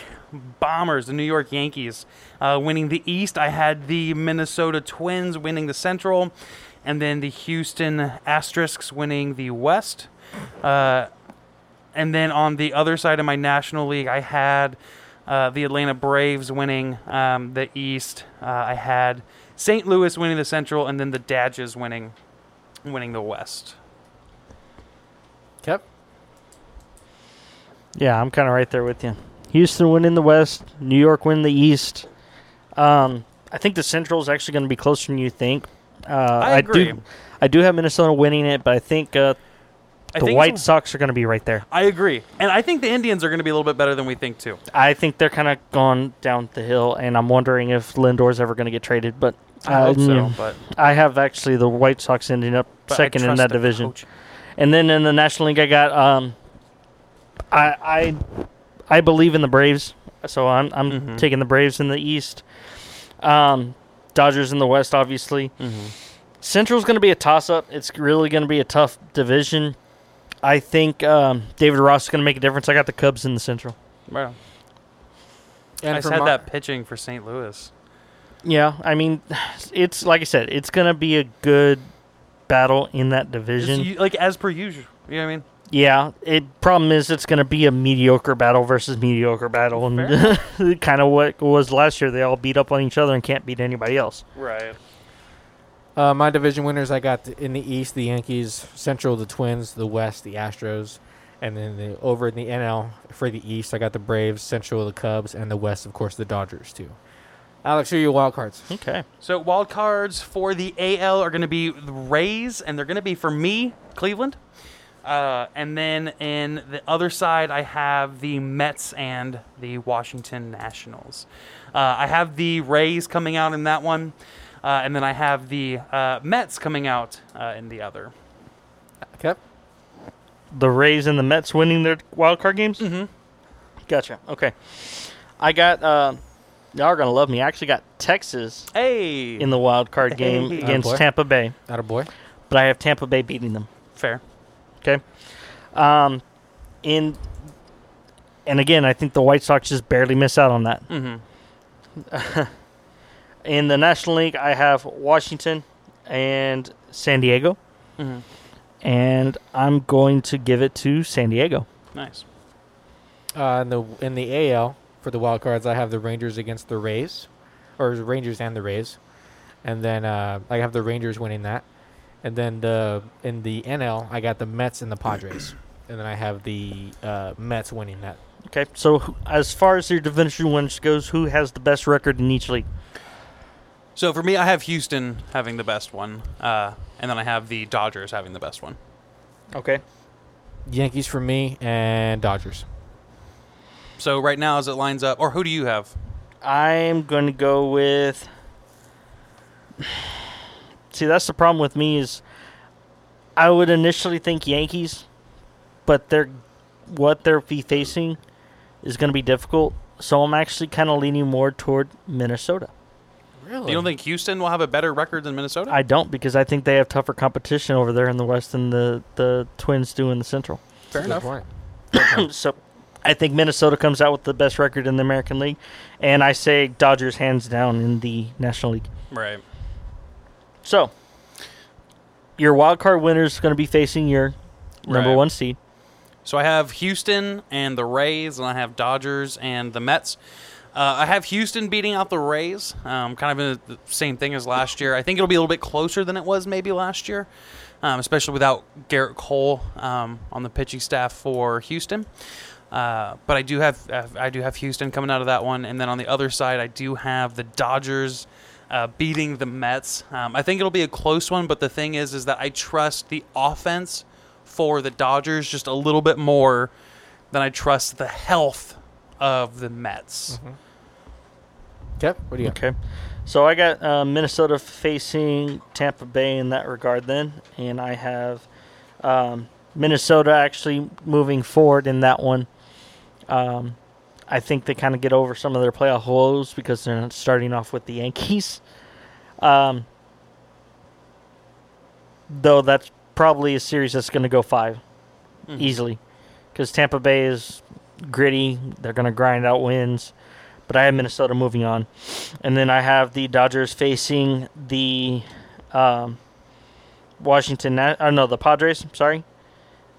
S4: Bombers, the New York Yankees, uh, winning the East. I had the Minnesota Twins winning the Central, and then the Houston Asterisks winning the West. Uh, and then on the other side of my National League, I had uh, the Atlanta Braves winning um, the East. Uh, I had St. Louis winning the Central, and then the Dodgers winning, winning the West.
S1: Kev.
S5: Yeah, I'm kind of right there with you. Houston win in the West. New York win the East. Um, I think the Central is actually going to be closer than you think. Uh, I,
S4: agree.
S5: do. I do have Minnesota winning it, but I think uh,
S4: I
S5: the
S4: think
S5: White
S4: it's-
S5: Sox are going to be right there.
S4: I agree, and I think the Indians are going to be a little bit better than we think too.
S5: I think they're kind of gone down the hill, and I'm wondering if Lindor's ever going to get traded. But
S4: I
S5: uh,
S4: hope so,
S5: yeah.
S4: but,
S5: I have actually the White Sox ending up
S4: but I
S5: second in
S4: trust
S5: that
S4: the
S5: division.
S4: coach.
S5: And then in the National League, I got um, I I I believe in the Braves, so I'm I'm
S4: Mhm.
S5: taking the Braves in the East. Um, Dodgers in the West, obviously.
S1: Mm-hmm.
S5: Central's going to be a toss-up. It's really going to be a tough division. I think um, David Ross is going to make a difference. I got the Cubs in the Central.
S4: Right on.
S1: And
S4: I
S1: for
S4: just had
S1: Mar-
S4: that pitching for St. Louis.
S5: Yeah, I mean, *sighs* it's like I said, it's going to be a good battle in that
S4: Just
S5: division.
S4: u- like as per usual, you know what I mean?
S5: Yeah, it problem is it's going to be a mediocre battle versus mediocre battle, *laughs* and kind of what was last year. They all beat up on each other and can't beat anybody else.
S4: Right.
S1: Uh, my division winners, I got the, in the East the Yankees, Central the Twins, the West the Astros, and then the, over in the NL for the East, I got the Braves, Central the Cubs, and the West, of course, the Dodgers too. Alex, who are your wild cards?
S5: Okay,
S4: So wild cards for the AL are going to be the Rays, and they're going to be for me Cleveland. Uh, and then in the other side, I have the Mets and the Washington Nationals. Uh, I have the Rays coming out in that one, uh, and then I have the uh, Mets coming out uh, in the other.
S1: Kev.
S5: the Rays and the Mets winning their wild card games. Mm-hmm. Gotcha. Okay, I got. Uh, y'all are gonna love me. I actually got Texas
S4: Hey,
S5: in the wild *laughs* card game
S4: Hey.
S5: against
S1: Attaboy.
S5: Tampa Bay,
S1: Not a boy.
S5: but I have Tampa Bay beating them.
S4: fair.
S5: Okay. Um, in and again, I think the White Sox just barely miss out on that.
S4: hmm
S5: In the National League, I have Washington and San Diego,
S4: hmm
S5: and I'm going to give it to San Diego.
S4: Nice.
S1: Uh, in the in the AL for the wild cards, I have the Rangers against the Rays, or Rangers and the Rays, and then uh, I have the Rangers winning that, and then the in the NL I got the Mets and the Padres, and then I have the uh, Mets winning that.
S5: Okay, so who- as far as your division wins goes, who has the best record in each league?
S4: So for me, I have Houston having the best one, uh, and then I have the Dodgers having the best one.
S5: Okay.
S1: Yankees for me and Dodgers.
S4: So right now, as it lines up, or who do you have?
S5: I'm going to go with. See, that's the problem with me is, I would initially think Yankees, but they're what they're be facing is going to be difficult. So I'm actually kind of leaning more toward Minnesota.
S1: Really?
S4: You don't think Houston will have a better record than Minnesota?
S5: I don't because I think they have tougher competition over there in the West than the the Twins do in the Central.
S4: Fair enough.
S5: so I think Minnesota comes out with the best record in the American League, and I say Dodgers hands down in the National League.
S4: Right.
S5: So your wild card winner is going to be facing your number
S4: Right.
S5: one seed.
S4: So I have Houston and the Rays, and I have Dodgers and the Mets. Uh, I have Houston beating out the Rays, um, kind of in the the same thing as last year. I think it'll be a little bit closer than it was maybe last year, um, especially without Garrett Cole um, on the pitching staff for Houston. Uh, but I do have uh, I do have Houston coming out of that one, and then on the other side I do have the Dodgers uh, beating the Mets. Um, I think it'll be a close one, but the thing is, is that I trust the offense for the Dodgers just a little bit more than I trust the health of the Mets.
S1: Kev, what do you got?
S5: Okay. So I got uh, Minnesota facing Tampa Bay in that regard, then, and I have um, Minnesota actually moving forward in that one. Um, I think they kind of get over some of their playoff woes because they're not starting off with the Yankees. Um, though that's probably a series that's going to go 5
S4: Mhm.
S5: easily because Tampa Bay is gritty. They're going to grind out wins. But I have Minnesota moving on. And then I have the Dodgers facing the um, Washington, Na- or no, the Padres, sorry.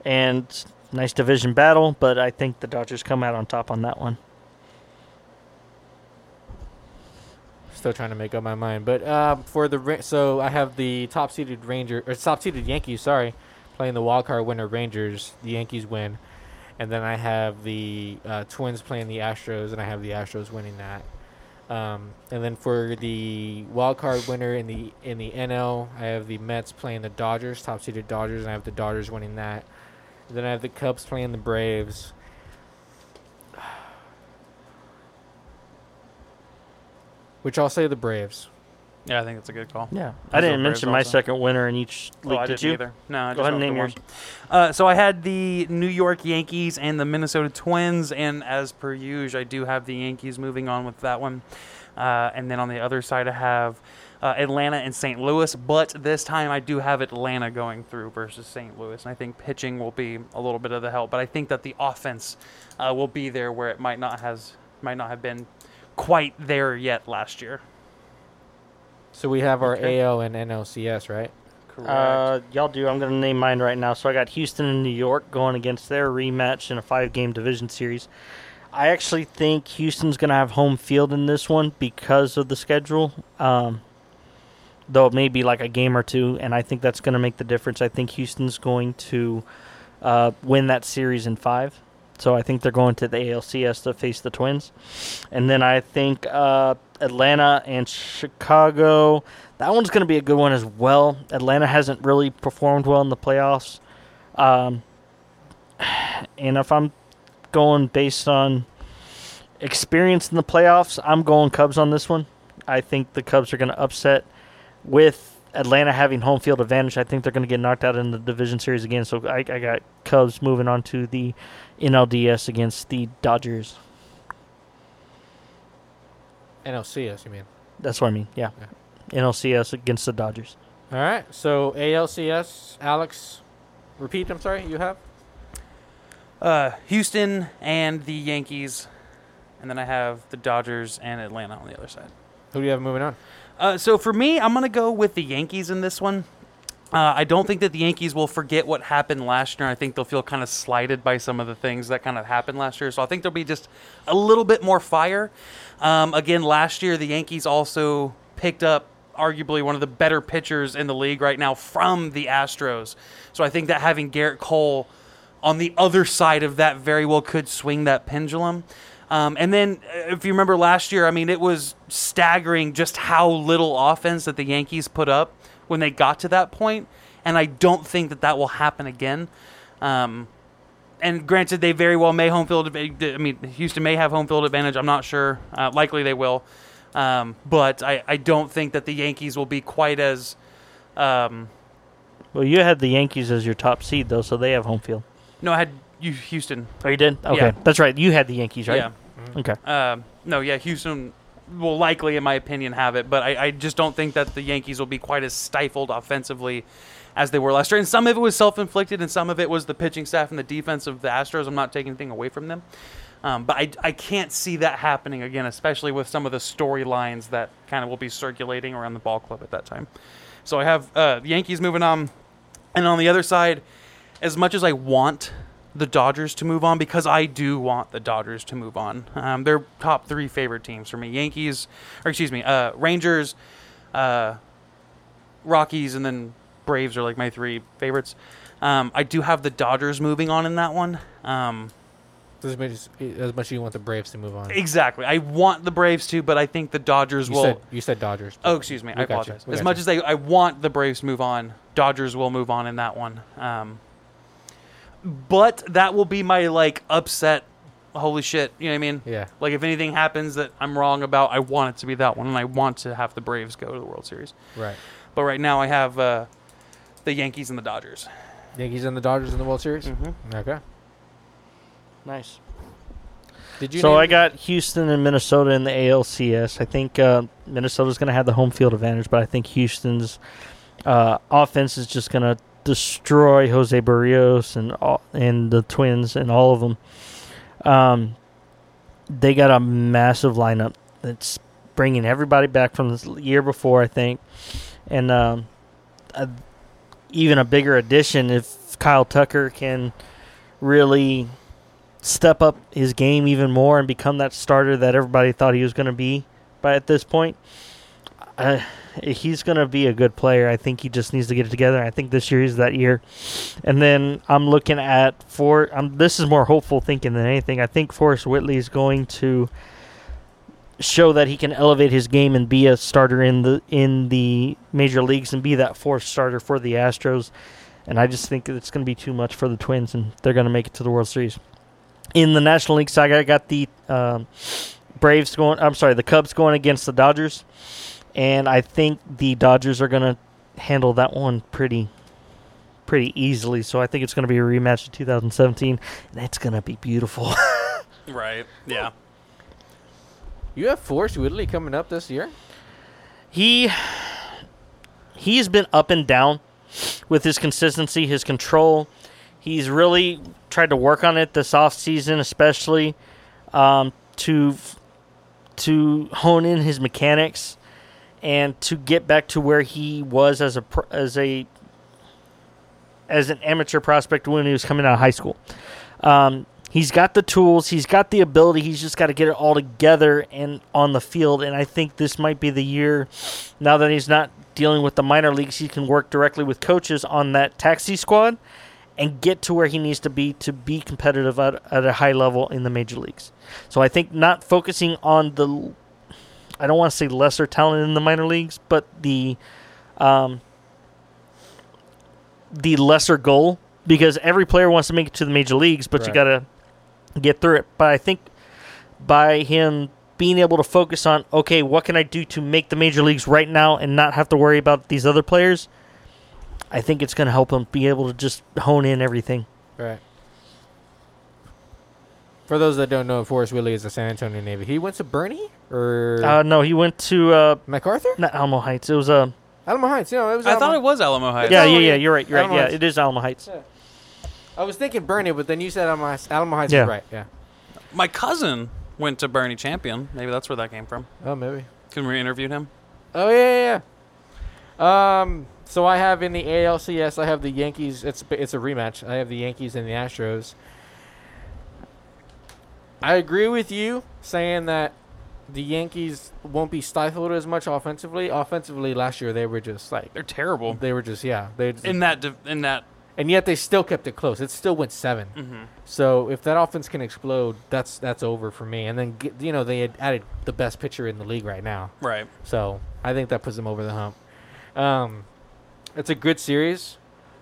S5: And it's a nice division battle, but I think the Dodgers come out on top on that one.
S1: Still trying to make up my mind, but uh, for the Ra- so I have the top seeded Ranger or top seeded Yankees. Sorry, playing the wild card winner Rangers. The Yankees win, and then I have the uh, Twins playing the Astros, and I have the Astros winning that. Um, and then for the wild card winner in the in the NL, I have the Mets playing the Dodgers, top seeded Dodgers, and I have the Dodgers winning that. And then I have the Cubs playing the Braves. Which I'll say the Braves.
S4: Yeah, I think that's a good call.
S5: Yeah. I
S4: Those
S5: didn't
S4: are Braves
S5: mention my
S4: also.
S5: second winner in each
S4: Oh,
S5: league,
S4: I
S5: did
S4: didn't
S5: you?
S4: either. No, I
S5: Go
S4: just
S5: ahead and name
S4: went
S5: yours.
S4: with the one. Uh, so I had the New York Yankees and the Minnesota Twins, and as per usual, I do have the Yankees moving on with that one. Uh, and then on the other side, I have uh, Atlanta and St. Louis, but this time I do have Atlanta going through versus St. Louis, and I think pitching will be a little bit of the help, but I think that the offense uh, will be there where it might not has might not have been quite there yet last year.
S1: So we have our
S5: Okay.
S1: AL and NLCS, right?
S4: Correct.
S5: Uh, y'all do. I'm going to name mine right now. So I got Houston and New York going against their rematch in a five game division series. I actually think Houston's going to have home field in this one because of the schedule. Um, though it may be like a game or two, and I think that's going to make the difference. I think Houston's going to uh, win that series in five. So I think they're going to the ALCS to face the Twins. And then I think uh, Atlanta and Chicago. That one's going to be a good one as well. Atlanta hasn't really performed well in the playoffs. Um, and if I'm going based on experience in the playoffs, I'm going Cubs on this one. I think the Cubs are going to upset with Atlanta having home field advantage. I think they're going to get knocked out in the division series again. So I, I got Cubs moving on to the NLDS against the Dodgers.
S1: NLCS, you mean?
S5: That's what I mean. Yeah. NLCS against the Dodgers.
S1: All right. So ALCS, Alex, repeat. I'm sorry. You have
S4: Uh, Houston and the Yankees, and then I have the Dodgers and Atlanta on the other side.
S1: who do you have moving on?
S4: Uh, so for me, I'm gonna go with the Yankees in this one. Uh, I don't think that the Yankees will forget what happened last year. I think they'll feel kind of slighted by some of the things that kind of happened last year. So I think there'll be just a little bit more fire. Um, again, last year the Yankees also picked up arguably one of the better pitchers in the league right now from the Astros. So I think that having Garrett Cole on the other side of that very well could swing that pendulum. Um, and then, uh, if you remember last year, I mean, it was staggering just how little offense that the Yankees put up when they got to that point, and I don't think that that will happen again. Um, and granted, they very well may home field. I mean, Houston may have home field advantage. I'm not sure. Uh, likely they will, um, but I, I don't think that the Yankees will be quite as. Um,
S5: Well, you had the Yankees as your top seed, though, so they have home field.
S4: no, I had you Houston.
S5: Oh, you did? Okay.
S4: Yeah.
S5: That's right. You had the Yankees, right?
S4: Yeah.
S5: Okay.
S4: Um, no, yeah, Houston will likely, in my opinion, have it, but I, I just don't think that the Yankees will be quite as stifled offensively as they were last year. And some of it was self inflicted, and some of it was the pitching staff and the defense of the Astros. I'm not taking anything away from them. Um, but I, I can't see that happening again, especially with some of the storylines that kind of will be circulating around the ball club at that time. So I have uh, the Yankees moving on. And on the other side, as much as I want the Dodgers to move on, because I do want the Dodgers to move on, um, they're top three favorite teams for me: Yankees, or excuse me, uh, Rangers, uh, Rockies, and then Braves are like my three favorites. Um, I do have the Dodgers moving on in that one. Um,
S1: As much as, e, as much as you want the Braves to move on.
S4: exactly. I want the Braves to, but I think the Dodgers
S1: You
S4: will.
S1: said you said Dodgers.
S4: Oh, excuse me.
S1: We
S4: I
S1: got you.
S4: apologize.
S1: We
S4: As
S1: got
S4: much
S1: you.
S4: as I, I want the Braves to move on, Dodgers will move on in that one. Um, but that will be my like upset. Holy shit! You know what I mean?
S1: Yeah.
S4: Like if anything happens that I'm wrong about, I want it to be that one, and I want to have the Braves go to the World Series.
S1: Right.
S4: But right now, I have uh, the Yankees and the Dodgers.
S1: Yankees and the Dodgers in the World Series. Okay.
S5: Nice.
S1: Did you?
S5: So
S1: name-
S5: I got Houston and Minnesota in the ALCS. I think uh, Minnesota's going to have the home field advantage, but I think Houston's uh, offense is just going to destroy Jose Barrios and all, and the Twins and all of them. Um, they got a massive lineup that's bringing everybody back from the year before, I think, and um, a, even a bigger addition if Kyle Tucker can really step up his game even more and become that starter that everybody thought he was going to be. But at this point, uh, he's going to be a good player. I think he just needs to get it together. I think this year is that year. And then I'm looking at for um, this is more hopeful thinking than anything. I think Forrest Whitley is going to show that he can elevate his game and be a starter in the in the major leagues and be that fourth starter for the Astros. And I just think it's going to be too much for the Twins, and they're going to make it to the World Series in the National League saga, I got the um, Braves going. I'm sorry, the Cubs going against the Dodgers, and I think the Dodgers are going to handle that one pretty, pretty easily. So I think it's going to be a rematch of 2017, and it's going to be beautiful. *laughs*
S4: Right. Yeah.
S1: you have Forrest Whitley coming up this year.
S5: he he's been up and down with his consistency, his control. He's really tried to work on it this off season, especially um, to to hone in his mechanics and to get back to where he was as a pro- as a as an amateur prospect when he was coming out of high school. Um, he's got the tools, he's got the ability, he's just got to get it all together and on the field. And I think this might be the year now that he's not dealing with the minor leagues, he can work directly with coaches on that taxi squad and get to where he needs to be to be competitive at, at a high level in the major leagues. So I think not focusing on the, I don't want to say lesser talent in the minor leagues, but the, um, the lesser goal because every player wants to make it to the major leagues, but you
S1: Right.
S5: got to get through it. But I think by him being able to focus on okay, what can I do to make the major leagues right now and not have to worry about these other players, I think it's going to help him be able to just hone in everything.
S1: Right. For those that don't know, Forrest Whitley is a San Antonio Navy. He went to Bernie or
S5: Uh, no, he went to uh,
S1: MacArthur?
S5: not Alamo Heights. It was uh,
S1: Alamo Heights. No, it was.
S4: I thought
S1: Alamo-
S4: it was Alamo Heights.
S5: yeah,
S1: Alamo
S5: yeah, yeah.
S1: Heights.
S5: You're right. You're right.
S1: Alamo
S5: Yeah,
S1: Heights.
S5: it is Alamo Heights.
S1: I was thinking Bernie, but then you said Alamo Heights. Alamo Heights
S5: Yeah.
S1: was right. Yeah.
S4: My cousin went to Bernie Champion. Maybe that's where that came from.
S1: Oh, maybe.
S4: Because we interviewed him.
S1: Oh yeah, yeah, yeah. Um. So I have in the ALCS, I have the Yankees. It's it's a rematch. I have the Yankees and the Astros. I agree with you saying that the Yankees won't be stifled as much offensively. Offensively, last year they were just like
S4: They're terrible.
S1: they were just yeah they just,
S4: In that, div- in that,
S1: and yet they still kept it close. It still went 7 So if that offense can explode, that's that's over for me. And then g you know they had added the best pitcher in the league right now.
S4: right.
S1: So I think that puts them over the hump. Um, it's a good series.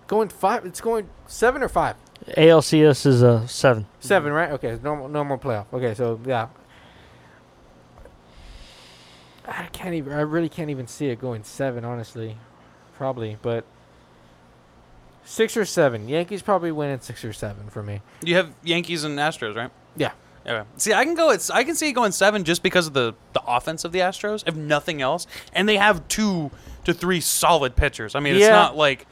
S1: Going five. It's going seven or five.
S5: ALCS is a seven.
S1: Seven, right? Okay, normal normal playoff. Okay, so yeah. I can't even. I really can't even see it going seven, honestly. Probably, but six or seven. Yankees probably win at six or seven for me.
S4: You have Yankees and Astros, right?
S1: Yeah.
S4: Okay. See, I can go. It's I can see it going seven just because of the the offense of the Astros, if nothing else, and they have two to three solid pitchers. I mean, it's
S1: Yeah.
S4: not like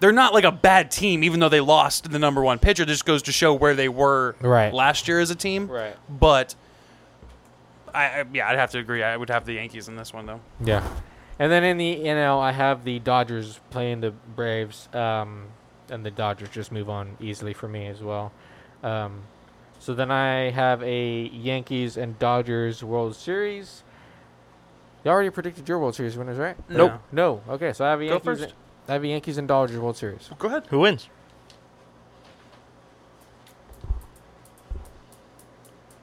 S4: they're not like a bad team, even though they lost the number one pitcher. This goes to show where they were
S1: Right.
S4: last year as a team.
S1: Right.
S4: But I, I yeah, I'd have to agree. I would have the Yankees in this one though.
S1: Yeah. And then in the NL, I have the Dodgers playing the Braves, um, and the Dodgers just move on easily for me as well. Um, so then I have a Yankees and Dodgers World Series. You already predicted your World Series winners, right?
S4: Nope.
S1: No. Okay, so I have a
S4: Go
S1: Yankees.
S4: first.
S1: and- I have a Yankees and Dodgers World Series.
S4: Go ahead.
S5: Who wins?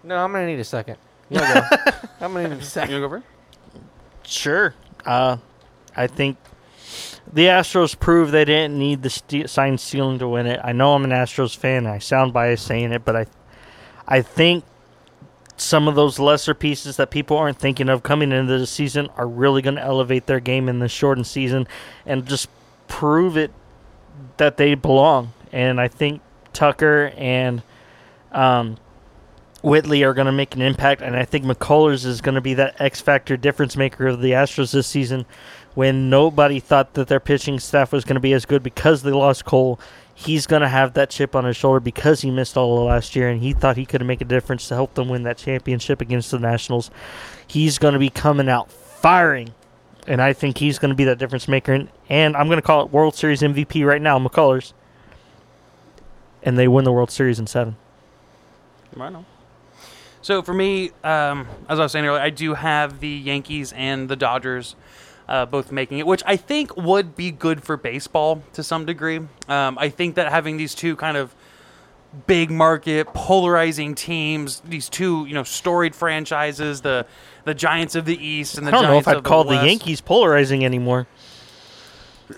S1: No, I'm gonna need a
S4: *laughs*
S1: second. Yeah, go. I'm gonna need a second.
S4: You wanna go first?
S5: Sure. Uh, I think the Astros proved they didn't need the ste- sign stealing to win it. I know I'm an Astros fan. And I sound biased saying it, but I, I think some of those lesser pieces that people aren't thinking of coming into the season are really going to elevate their game in the shortened season and just prove it that they belong. And I think Tucker and um, Whitley are going to make an impact, and I think McCullers is going to be that X factor difference maker of the Astros this season. When nobody thought that their pitching staff was going to be as good because they lost Cole, he's going to have that chip on his shoulder because he missed all of last year, and he thought he could make a difference to help them win that championship against the Nationals. He's going to be coming out firing, and I think he's going to be that difference maker. And, and I'm going to call it World Series MVP right now, McCullers, and they win the World Series in seven.
S4: I know. So for me, um, as I was saying earlier, I do have the Yankees and the Dodgers uh, both making it, which I think would be good for baseball to some degree. Um, I think that having these two kind of big market polarizing teams, these two you know storied franchises, the the Giants of the East and the
S5: I don't know
S4: Giants
S5: if I'd
S4: of
S5: call the,
S4: West.
S5: Yankees polarizing anymore.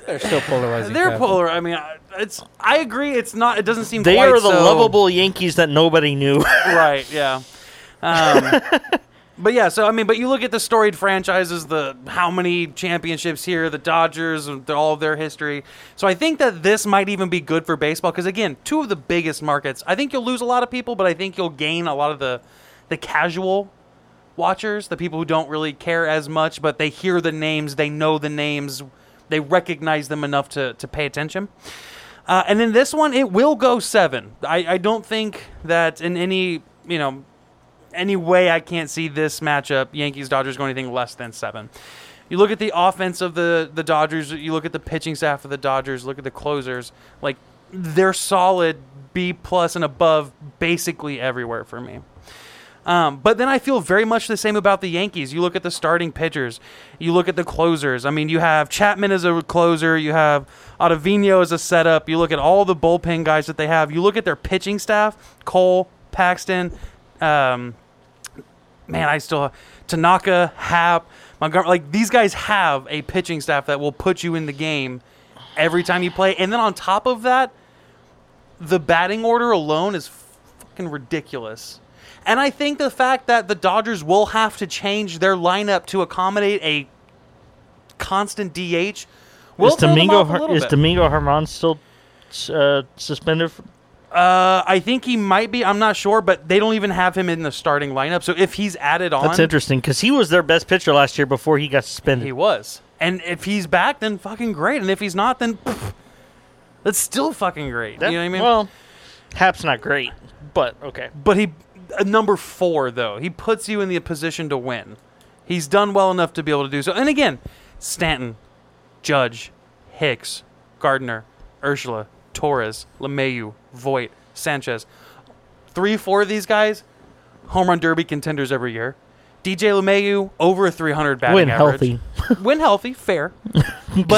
S1: They're still polarizing.
S4: They're
S1: Kev.
S4: polar. I mean, I- it's. I agree. It's not. It doesn't seem.
S5: They
S4: quite
S5: are the
S4: so-
S5: lovable Yankees that nobody knew.
S4: right yeah um, but yeah so i mean but you look at the storied franchises the how many championships here the dodgers and all of their history so i think that this might even be good for baseball because again two of the biggest markets i think you'll lose a lot of people but i think you'll gain a lot of the the casual watchers the people who don't really care as much but they hear the names they know the names they recognize them enough to, to pay attention uh, and then this one, it will go seven. I, I don't think that in any you know any way I can't see this matchup Yankees Dodgers going anything less than seven. You look at the offense of the the Dodgers. You look at the pitching staff of the Dodgers. Look at the closers. Like they're solid B plus and above basically everywhere for me. Um, but then I feel very much the same about the Yankees. You look at the starting pitchers, you look at the closers. I mean, you have Chapman as a closer, you have Ottavino as a setup. You look at all the bullpen guys that they have. You look at their pitching staff: Cole, Paxton, um, man, I still Tanaka, Hap, Montgomery. Like these guys have a pitching staff that will put you in the game every time you play. And then on top of that, the batting order alone is fucking ridiculous. And I think the fact that the Dodgers will have to change their lineup to accommodate a constant DH will
S5: *laughs*
S4: throw
S5: is
S4: them
S5: Domingo
S4: off a
S5: Her-
S4: little
S5: is
S4: bit.
S5: Domingo Herman still uh, suspended? f-
S4: Uh, I think he might be. I'm not sure, but they don't even have him in the starting lineup. So if he's added on,
S5: That's interesting because he was their best pitcher last year before he got suspended.
S4: He was. And if he's back, then fucking great. And if he's not, then pff, that's still fucking great.
S5: That-
S4: you know what I mean?
S5: Well, Hap's not great, but okay.
S4: but he uh, number four though he puts you in the position to win he's done well enough to be able to do so and again stanton judge hicks gardner ursula torres lemayu voigt sanchez three four of these guys home run derby contenders every year DJ LeMayu over a 300 batting
S5: When
S4: average.
S5: healthy.
S4: When healthy,
S5: *laughs*
S4: fair. but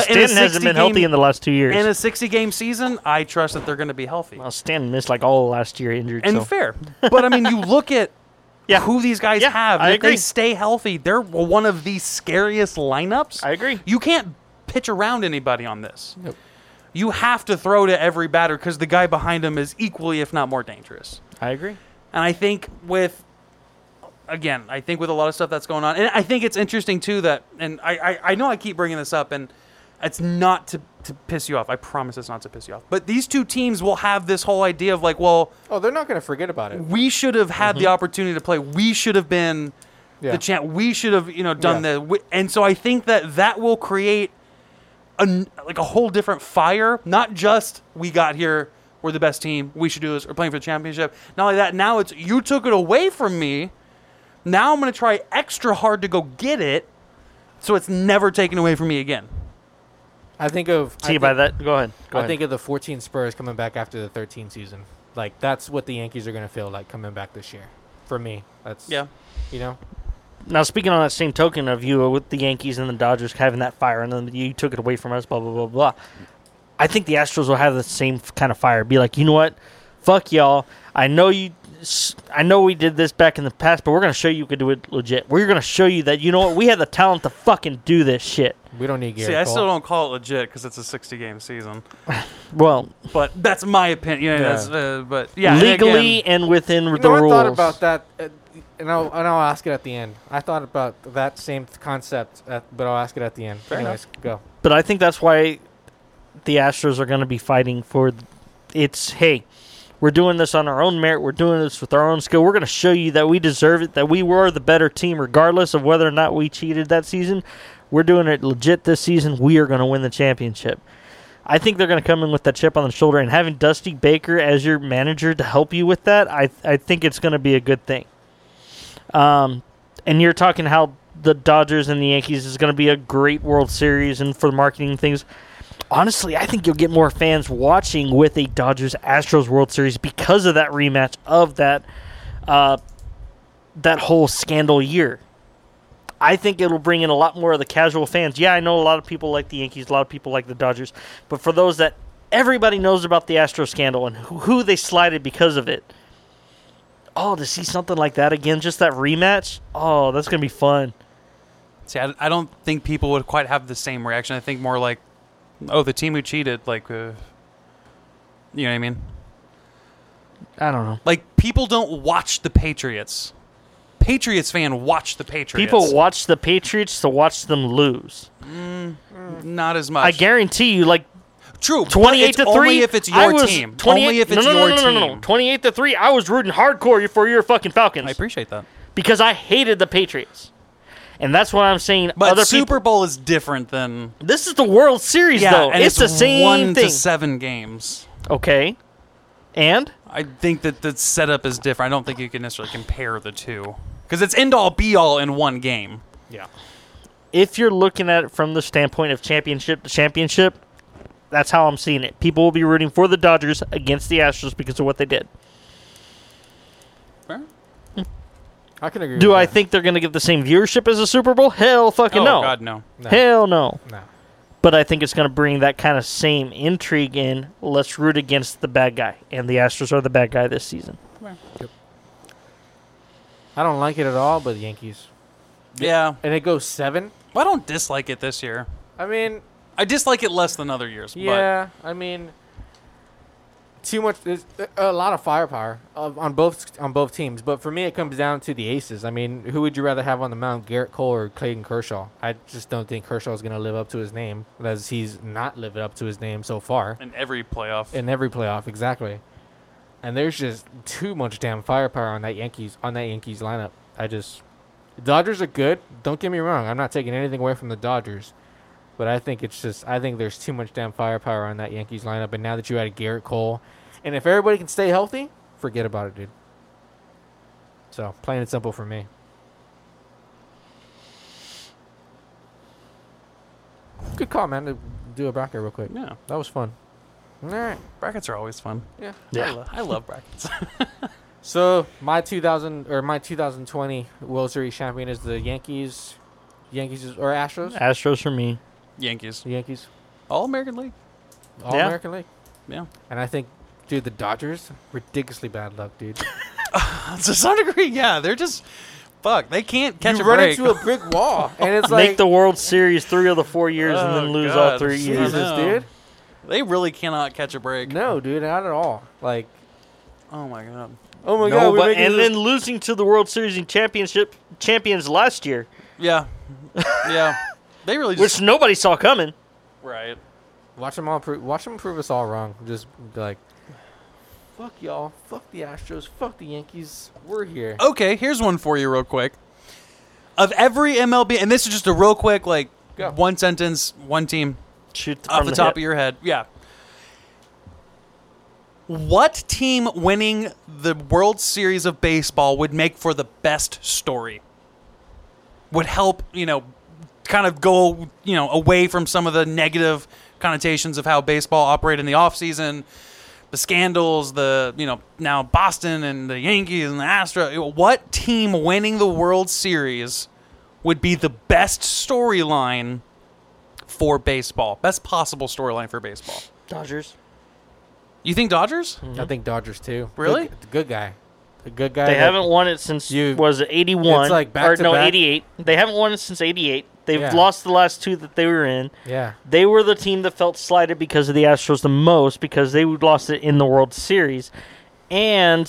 S4: in a
S5: Stanton
S4: 60
S5: hasn't been
S4: game,
S5: healthy in the last two years.
S4: in a 60 game season, I trust that they're going to be healthy.
S5: well, Stanton missed like all last year injured.
S4: and
S5: so.
S4: fair. But I mean, you look at
S5: *laughs* Yeah.
S4: who these guys
S5: Yeah,
S4: have. and
S5: I
S4: if they
S5: agree.
S4: stay healthy, they're one of the scariest lineups.
S5: I agree.
S4: You can't pitch around anybody on this. You have to throw to every batter because the guy behind him is equally, if not more, dangerous.
S5: I agree.
S4: And I think with again, I think with a lot of stuff that's going on, and I think it's interesting too that, and I I, I know I keep bringing this up, and it's not to to piss you off. I promise it's not to piss you off. But these two teams will have this whole idea of like, well,
S1: Oh, they're not going to forget about it.
S4: we should have had the opportunity to play. We should have been
S1: Yeah.
S4: the champ. We should have you know done
S1: Yeah.
S4: the. wi- And so I think that that will create a n- like a whole different fire. Not just we got here. We're the best team. We should do this. We're playing for the championship. Not only that, now it's you took it away from me. Now I'm going to try extra hard to go get it, so it's never taken away from me again.
S1: I think of I
S5: See you by
S1: think-
S5: that. Go ahead. Go
S1: I
S5: ahead.
S1: think of the 14 Spurs coming back after the 13 season. Like that's what the Yankees are going to feel like coming back this year. For me, that's
S4: Yeah.
S1: You know,
S5: now speaking on that same token of you with the Yankees and the Dodgers having that fire, and then you took it away from us. Blah blah blah blah. I think the Astros will have the same f- kind of fire. Be like, you know what? Fuck y'all. I know you. s- I know we did this back in the past, but we're gonna show you we could do it legit. We're gonna show you that you know what we have the talent to fucking do this shit.
S1: we don't need Garrett
S4: See, I
S1: Cole.
S4: still don't call it legit because it's a 60 game season,
S5: Well,
S4: but that's my opinion. You know,
S1: Yeah.
S4: that's, uh, but yeah, and
S5: legally
S4: again-
S5: and within
S1: You
S5: the
S1: know,
S5: rules.
S1: I thought about that, uh, and I'll and I'll ask it at the end. I thought about that same th- concept, at, but I'll ask it at the end. Anyways, go.
S5: But I think that's why the Astros are going to be fighting for th- it's hey, we're doing this on our own merit. We're doing this with our own skill. We're going to show you that we deserve it, that we were the better team, regardless of whether or not we cheated that season. We're doing it legit this season. We are going to win the championship. I think they're going to come in with that chip on the shoulder, and having Dusty Baker as your manager to help you with that, I, I think it's going to be a good thing. Um, and you're talking how the Dodgers and the Yankees is going to be a great World Series, and for the marketing things, honestly, I think you'll get more fans watching with a Dodgers Astros World Series because of that rematch of that uh, that whole scandal year. I think it'll bring in a lot more of the casual fans. Yeah, I know a lot of people like the Yankees, a lot of people like the Dodgers, but for those that everybody knows about the Astros scandal and who, who they slided because of it, oh, to see something like that again, just that rematch, oh, that's gonna be fun.
S4: See, I, I don't think people would quite have the same reaction. I think more like, oh, the team who cheated, like, uh, you know what I mean?
S5: I don't know.
S4: Like, people don't watch the Patriots. Patriots fan watch the Patriots.
S5: People watch the Patriots to watch them lose.
S4: not as much.
S5: I guarantee you, like
S4: True. but
S5: twenty-eight
S4: it's
S5: to three.
S4: Only if it's your
S5: I was
S4: team.
S5: 28
S4: Only if it's
S5: no, no,
S4: your
S5: no, no,
S4: team.
S5: No, no, no, twenty-eight to three. I was rooting hardcore for your fucking Falcons
S4: I appreciate that.
S5: because I hated the Patriots, and that's why I'm saying
S4: But
S5: other
S4: Super
S5: people.
S4: Bowl is different than
S5: This is the World Series, though.
S4: and
S5: the same
S4: one
S5: thing.
S4: to seven games.
S5: Okay, and
S4: I think that the setup is different. I don't think you can necessarily compare the two because it's end all be all in one game.
S1: Yeah.
S5: if you're looking at it from the standpoint of championship to championship, that's how I'm seeing it. People will be rooting for the Dodgers against the Astros because of what they did.
S1: I can agree.
S5: Do
S1: with
S5: I
S1: that.
S5: think they're going to get the same viewership as the Super Bowl? Hell fucking
S4: oh
S5: no.
S4: God, no.
S1: No.
S5: Hell no.
S1: No.
S5: But I think it's going to bring that kind of same intrigue in. Let's root against the bad guy. And the Astros are the bad guy this season.
S1: I don't like it at all. But the Yankees,
S4: Yeah.
S1: and it goes seven.
S4: Well, I don't dislike it this year.
S1: I mean,
S4: I dislike it less than other years.
S1: Yeah, I mean, too much. There's uh, a lot of firepower of, on both on both teams, but for me, it comes down to the aces. I mean, who would you rather have on the mound, Garrett Cole or Clayton Kershaw? I just don't think Kershaw is going to live up to his name, as he's not living up to his name so far
S4: But in every playoff.
S1: in every playoff. Exactly, and there's just too much damn firepower on that Yankees on that Yankees lineup. I just Dodgers are good. Don't get me wrong. I'm not taking anything away from the Dodgers. But I think it's just I think there's too much damn firepower on that Yankees lineup. And now that you added Garrett Cole, and if everybody can stay healthy, forget about it, dude. So plain and simple for me. Good call, man. To do a bracket real quick.
S4: yeah.
S1: That was fun. All right.
S4: Brackets *laughs* are always fun.
S1: Yeah.
S4: I, lo- I love brackets.
S1: So my 2000 or my 2020 World Series champion is the Yankees, Yankees is- or Astros.
S5: Astros for me.
S4: Yankees.
S1: The Yankees,
S4: All American League. *laughs*
S1: All
S5: Yeah.
S1: American League.
S4: Yeah.
S1: And I think, dude, the Dodgers ridiculously bad luck, dude.
S4: To some degree, yeah. They're just fuck. They can't catch
S1: you
S4: a
S1: run
S4: break.
S1: into a brick
S5: *laughs*
S1: wall, and it's
S5: Make
S1: like
S5: the World Series three of the four years and
S4: Oh,
S5: then lose
S4: God.
S5: all three years.
S4: I
S1: Jesus,
S4: know.
S1: dude.
S4: *laughs* they really cannot catch a break.
S1: No, dude, not at all. Like,
S4: Oh my god.
S1: oh my
S5: no,
S1: god,
S5: but, and then losing to the World Series and championship champions last year,
S4: Yeah. *laughs* Yeah. they really just
S5: *laughs* which nobody saw coming.
S4: right.
S1: watch them all. Pro- watch them prove us all wrong. Just be like, fuck y'all, fuck the Astros, fuck the Yankees. We're here.
S4: Okay, here's one for you real quick. Of every MLB, and this is just a real quick, like
S1: Go.
S4: one sentence, one team
S5: Shoot
S4: off
S5: from
S4: the, top
S5: hip.
S4: of your head. Yeah. What team winning the World Series of baseball would make for the best story? Would help, you know, kind of go, you know, away from some of the negative connotations of how baseball operated in the offseason, the scandals, the, you know, now Boston and the Yankees and the Astros. What team winning the World Series would be the best storyline for baseball? Best possible storyline for baseball.
S5: Dodgers.
S4: You think Dodgers?
S1: I think Dodgers too.
S4: Really?
S1: Good, the good guy. The good guy.
S5: Oh. They
S1: that-
S5: haven't won it since
S1: You-
S5: was it 81
S1: It's like
S5: or no
S1: back-to-back.
S5: 88. They haven't won it since 88. They've
S1: Yeah.
S5: lost the last two that they were in.
S1: Yeah.
S5: They were the team that felt slighted because of the Astros the most because they lost it in the World Series. And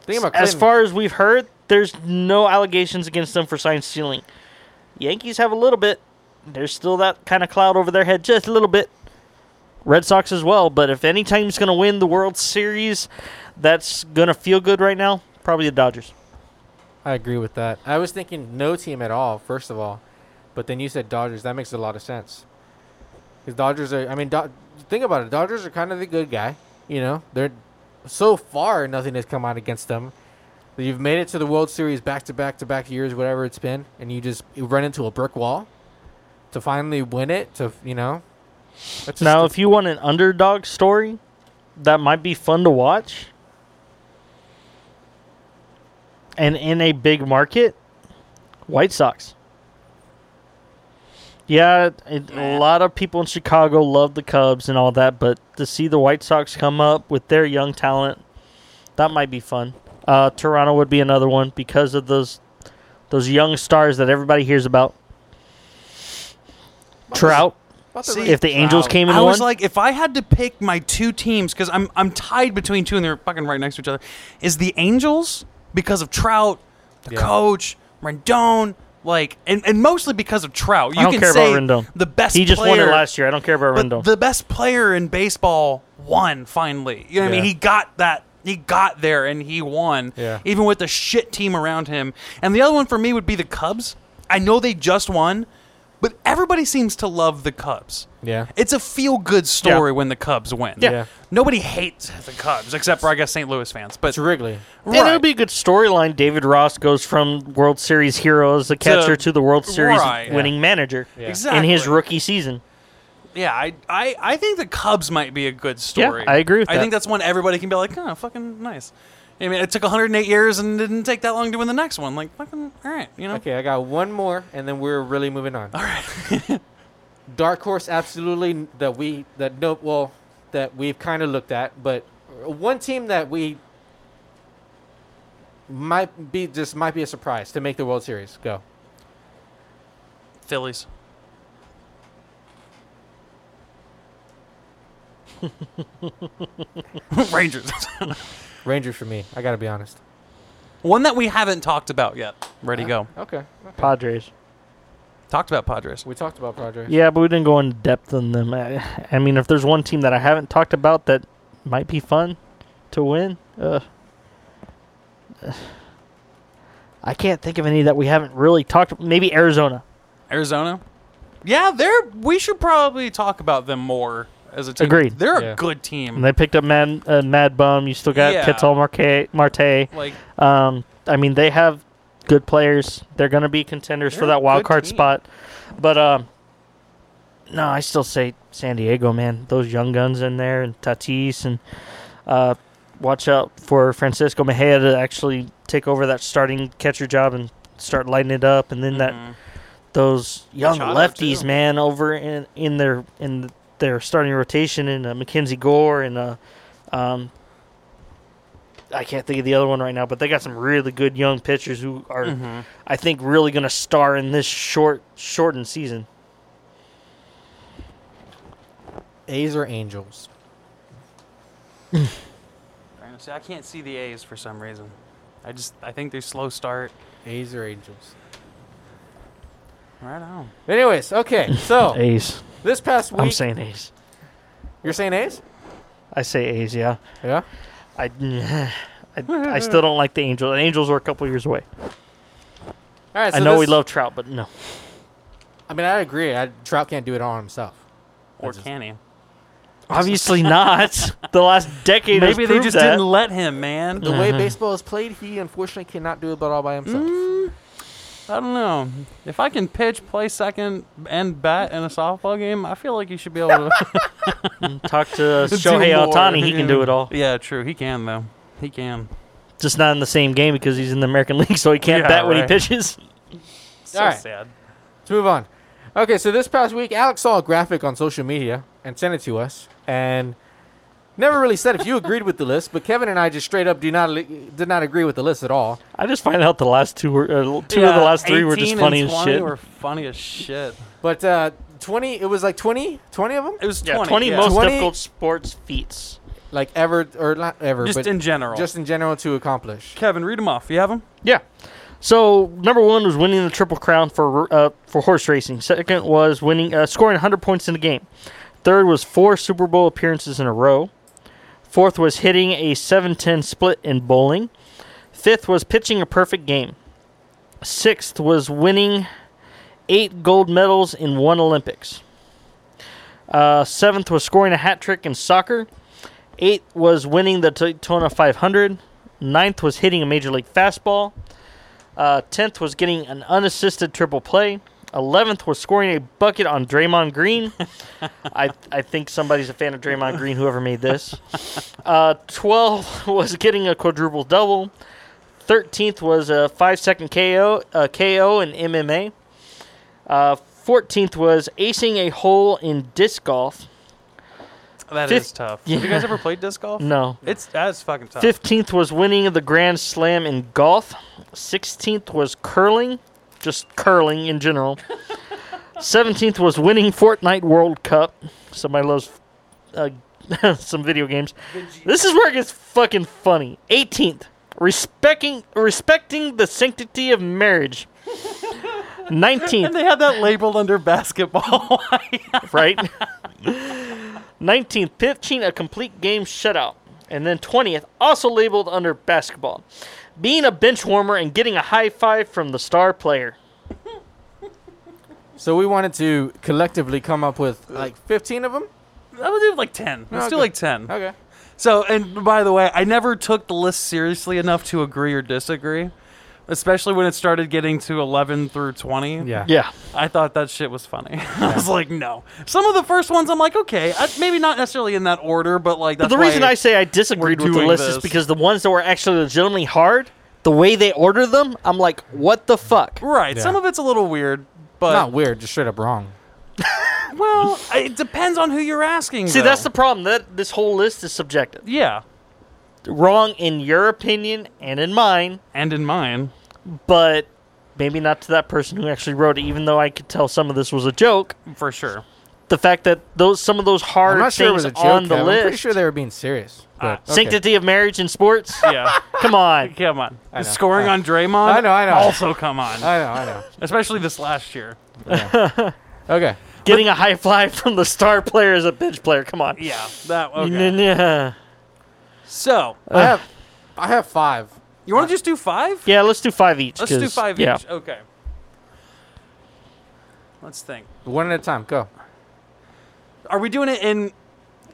S1: Think about
S5: as
S1: Clinton.
S5: far as we've heard, there's no allegations against them for sign stealing. Yankees have a little bit. There's still that kind of cloud over their head, just a little bit. Red Sox as well, but if any team's going to win the World Series, that's going to feel good right now. Probably the Dodgers.
S1: I agree with that. I was thinking no team at all, first of all, but then you said Dodgers. That makes a lot of sense. Because Dodgers are, I mean, Do- think about it. Dodgers are kind of the good guy. You know, they're so far nothing has come out against them. You've made it to the World Series back to back to back years, whatever it's been, and you just you run into a brick wall to finally win it. To you know, that's just
S5: Now,
S1: a-
S5: if you want an underdog story, that might be fun to watch. And in a big market, White Sox. Yeah, it, a lot of people in Chicago love the Cubs and all that, but to see the White Sox come up with their young talent, that might be fun. Uh, Toronto would be another one because of those those young stars that everybody hears about. Trout,
S1: about to
S4: See,
S1: really-
S5: if the Angels
S1: Wow.
S5: came in
S4: I
S5: one.
S4: was like, if I had to pick my two teams, because I'm I'm tied between two and they're fucking right next to each other, is the Angels because of Trout, the
S1: Yeah.
S4: coach, Rendon, like, and, and mostly because of Trout. You
S5: I don't
S4: can
S5: care
S4: say
S5: about Rendon.
S4: the best.
S5: He just
S4: player,
S5: won it last year. I don't care about
S4: but
S5: Rendon.
S4: the best player in baseball won finally. You know what I mean?
S1: Yeah.
S4: He got that. He got there and he won.
S1: Yeah.
S4: Even with the shit team around him. And the other one for me would be the Cubs. I know they just won, but everybody seems to love the Cubs.
S1: yeah,
S4: It's a feel good story when the Cubs win.
S1: Yeah. Yeah.
S4: Nobody hates the Cubs except for I guess St. Louis fans. But
S1: it's Wrigley.
S5: And it
S4: Right.
S5: would be a good storyline. David Ross goes from World Series hero as the catcher to, the World Series
S4: right.
S5: winning manager
S4: Exactly.
S5: in his rookie season.
S4: yeah, I, I I think the Cubs might be a good story.
S5: I agree with
S4: I
S5: that.
S4: think that's one everybody can be like, oh, fucking nice. I mean, it took 108 years and didn't take that long to win the next one. Like, fucking, all right,
S1: *laughs*
S4: you know.
S1: Okay, I got one more, and then we're really moving on. All right. *laughs* Dark horse, absolutely n- that we that no well that we've kind of looked at, but one team that we might be just might be a surprise to make the World Series go.
S4: Phillies. *laughs* Rangers. *laughs*
S1: Rangers for me. I gotta be honest.
S4: one that we haven't talked about yet. Ready, go.
S1: Okay, okay.
S5: Padres.
S4: Talked about Padres.
S1: we talked about Padres.
S5: Yeah, but we didn't go in depth on them. I, I mean, if there's one team that I haven't talked about that might be fun to win, uh, *sighs* I can't think of any that we haven't really talked. Maybe Arizona.
S4: Arizona. Yeah, they're. We should probably talk about them more as a team.
S5: Agreed.
S4: They're
S1: Yeah.
S4: a good
S5: And
S4: team.
S5: they picked up Mad, uh, Mad Bum. You still got
S4: Yeah.
S5: Quetzal Marte. Marte.
S4: Like,
S5: Um, I mean, they have good players. They're going to be contenders for
S4: They're a
S5: that wild
S4: good
S5: card
S4: team.
S5: spot. But um, no, I still say San Diego, man. Those young guns in there and Tatis and uh, watch out for Francisco Mejia to actually take over that starting catcher job and start lighting it up. And then that
S4: Mhm.
S5: those young
S4: Machado,
S5: lefties,
S4: too.
S5: man, over in in their in their starting rotation, and uh, Mackenzie Gore and uh, um, I can't think of the other one right now, but they got some really good young pitchers who are,
S1: Mm-hmm.
S4: Mhm.
S5: I think, really going to star in this short shortened season.
S1: A's or Angels?
S4: See, I can't see the A's for some reason. I just I think they slow start.
S1: A's or Angels?
S4: Right on.
S1: Anyways,
S5: *laughs*
S1: okay. So
S5: A's.
S1: this past week,
S5: I'm saying A's.
S1: you're saying A's?
S5: I say A's. Yeah.
S1: Yeah.
S5: I, *sighs* I,
S1: *laughs*
S5: I still don't like the Angels. The Angels were a couple years away.
S1: All right. So
S5: I know we
S1: this-
S5: love Trout,
S1: *laughs*
S5: but no.
S1: I mean, I agree. I, Trout can't do it all himself.
S4: Or
S1: That's just-
S4: can he?
S5: Obviously not. *laughs* the last decade has
S4: Maybe they
S5: proved
S4: just
S5: that.
S4: didn't let him, man.
S1: The
S5: Mm-hmm.
S1: way baseball is played, he unfortunately cannot do it but all by himself.
S4: I don't know. If I can pitch, play second, and bat in a softball game, I feel like you should be able
S5: *laughs*
S4: to
S5: Talk *laughs* to
S4: *laughs* do
S5: Shohei
S4: more.
S5: Altani. He can do it all.
S4: Yeah, true. He can though. He can.
S5: Just not in the same game because he's in the American *laughs* League, so he can't
S4: Yeah,
S5: bat when he
S4: right.
S5: pitches.
S4: So
S1: All right.
S4: sad.
S1: Let's move on. Okay, so this past week, Alex saw a graphic on social media and sent it to us, and never really said if you agreed with the list. But Kevin and I just straight up do not li- did not agree with the list at all.
S5: I just find out the last two were uh, two of the
S4: Yeah,
S5: last three were just
S4: 18
S5: funny
S4: and
S5: as
S4: 20
S5: shit.
S4: Were funny as shit.
S1: But uh, twenty, it was like 20, 20 of them,
S4: It was
S5: yeah,
S4: 20,
S5: twenty,
S4: yeah.
S5: most
S1: 20
S5: difficult sports feats.
S1: like ever or not ever,
S4: just
S1: but
S4: in general.
S1: just in general to accomplish.
S4: Kevin, read them off. You have them?
S5: Yeah. So number one was winning the triple crown for uh, for horse racing. Second was winning uh, scoring 100 points in a game. Third was four Super Bowl appearances in a row. Fourth was hitting a 7-10 split in bowling. Fifth was pitching a perfect game. Sixth was winning eight gold medals in one Olympics. Uh, seventh was scoring a hat trick in soccer. Eighth was winning the Daytona 500. Ninth was hitting a major league fastball. Uh, tenth was getting an unassisted triple play. Eleventh was scoring a bucket on Draymond Green. I I think somebody's a fan of Draymond Green. Whoever made this. Uh, Twelve *laughs* was getting a quadruple double. Thirteenth was a five-second KO, uh, KO in MMA. Uh, Fourteenth was acing a hole in disc golf.
S4: That is
S5: Fif-
S4: tough.
S5: Yeah. Mm-hmm.
S4: Have you guys ever played disc
S5: *laughs*
S4: golf?
S5: No,
S4: It's that's fucking tough.
S5: 15th was winning the Grand Slam in golf. 16th was curling, just curling in general. 17th was winning Fortnite World Cup. Somebody loves uh, *laughs* some video games. This is where it gets fucking funny. 18th, respecting respecting the sanctity of marriage. 19th,
S4: And they had that labeled under basketball. *laughs*
S5: right? 19th, pitching a complete game shutout. And then 20th, also labeled under basketball. Being a bench warmer and getting a high five from the star player.
S1: So we wanted to collectively come up with like fifteen of them.
S4: I would do like 10. Let's do
S1: Okay.
S4: like 10.
S1: Okay.
S4: So, and by the way, I never took the list seriously enough to agree or disagree, especially when it started getting to 11 through 20.
S1: Yeah.
S5: Yeah.
S4: I thought that shit was funny. *laughs* I was like, no. Some of the first ones, I'm like, okay, I, maybe not necessarily in that order, but like that's
S5: the
S4: why
S5: reason I say I disagreed with the
S4: doing
S5: list is
S4: this.
S5: because the ones that were actually legitimately hard, the way they order them, I'm like, what the fuck?
S4: right. Some
S1: Yeah.
S4: of it's a little weird, but
S1: Not weird, just straight up wrong.
S4: well, I- it depends on who you're asking.
S5: See,
S4: though.
S5: that's the problem. That this whole list is subjective.
S4: yeah,
S5: Wrong in your opinion and in mine,
S4: and in mine,
S5: but maybe not to that person who actually wrote it. Even though I could tell some of this was a joke,
S4: for *laughs* sure.
S5: the fact that those some of those hard
S1: I'm not
S5: things
S1: sure it was a joke.
S5: on the
S1: Kevin.
S5: list.
S1: I'm pretty sure they were being serious. but- okay.
S5: Sanctity of marriage and sports.
S4: *laughs* Yeah, *laughs*
S5: Come on.
S4: come on.
S1: know.
S4: Scoring
S1: I-
S4: on Draymond.
S1: I know, I know.
S4: Also, come
S1: *laughs*
S4: on,
S1: I know. I know.
S4: especially this last year.
S1: Okay.
S5: Getting a high five from the star player as a bench player. Come on.
S4: Yeah, that. Okay.
S5: Yeah.
S4: So
S1: I have, I have five.
S4: you want to just do five?
S5: Yeah, let's do five each.
S4: Let's do
S5: 'cause-
S4: five
S5: yeah.
S4: each. Okay. Let's think.
S1: One at a time. Go.
S4: Are we doing it in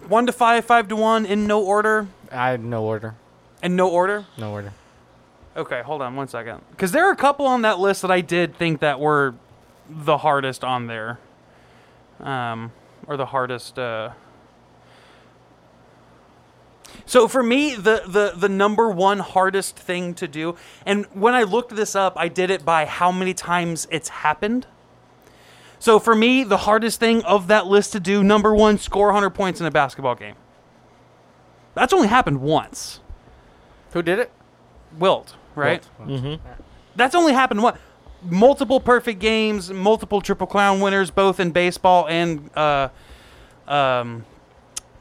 S4: one to five, five to one, in no order,
S1: I have no order.
S4: in no order?
S1: No order.
S4: Okay, hold on one second, because there are a couple on that list that I did think that were the hardest on there, um, or the hardest. Uh... So for me, the, the the number one hardest thing to do, and when I looked this up, I did it by how many times it's happened. So for me, the hardest thing of that list to do, number one, score 100 points in a basketball game. That's only happened once.
S1: Who did it?
S4: Wilt, right? That's only happened once. Multiple perfect games, multiple triple crown winners, both in baseball and uh, um,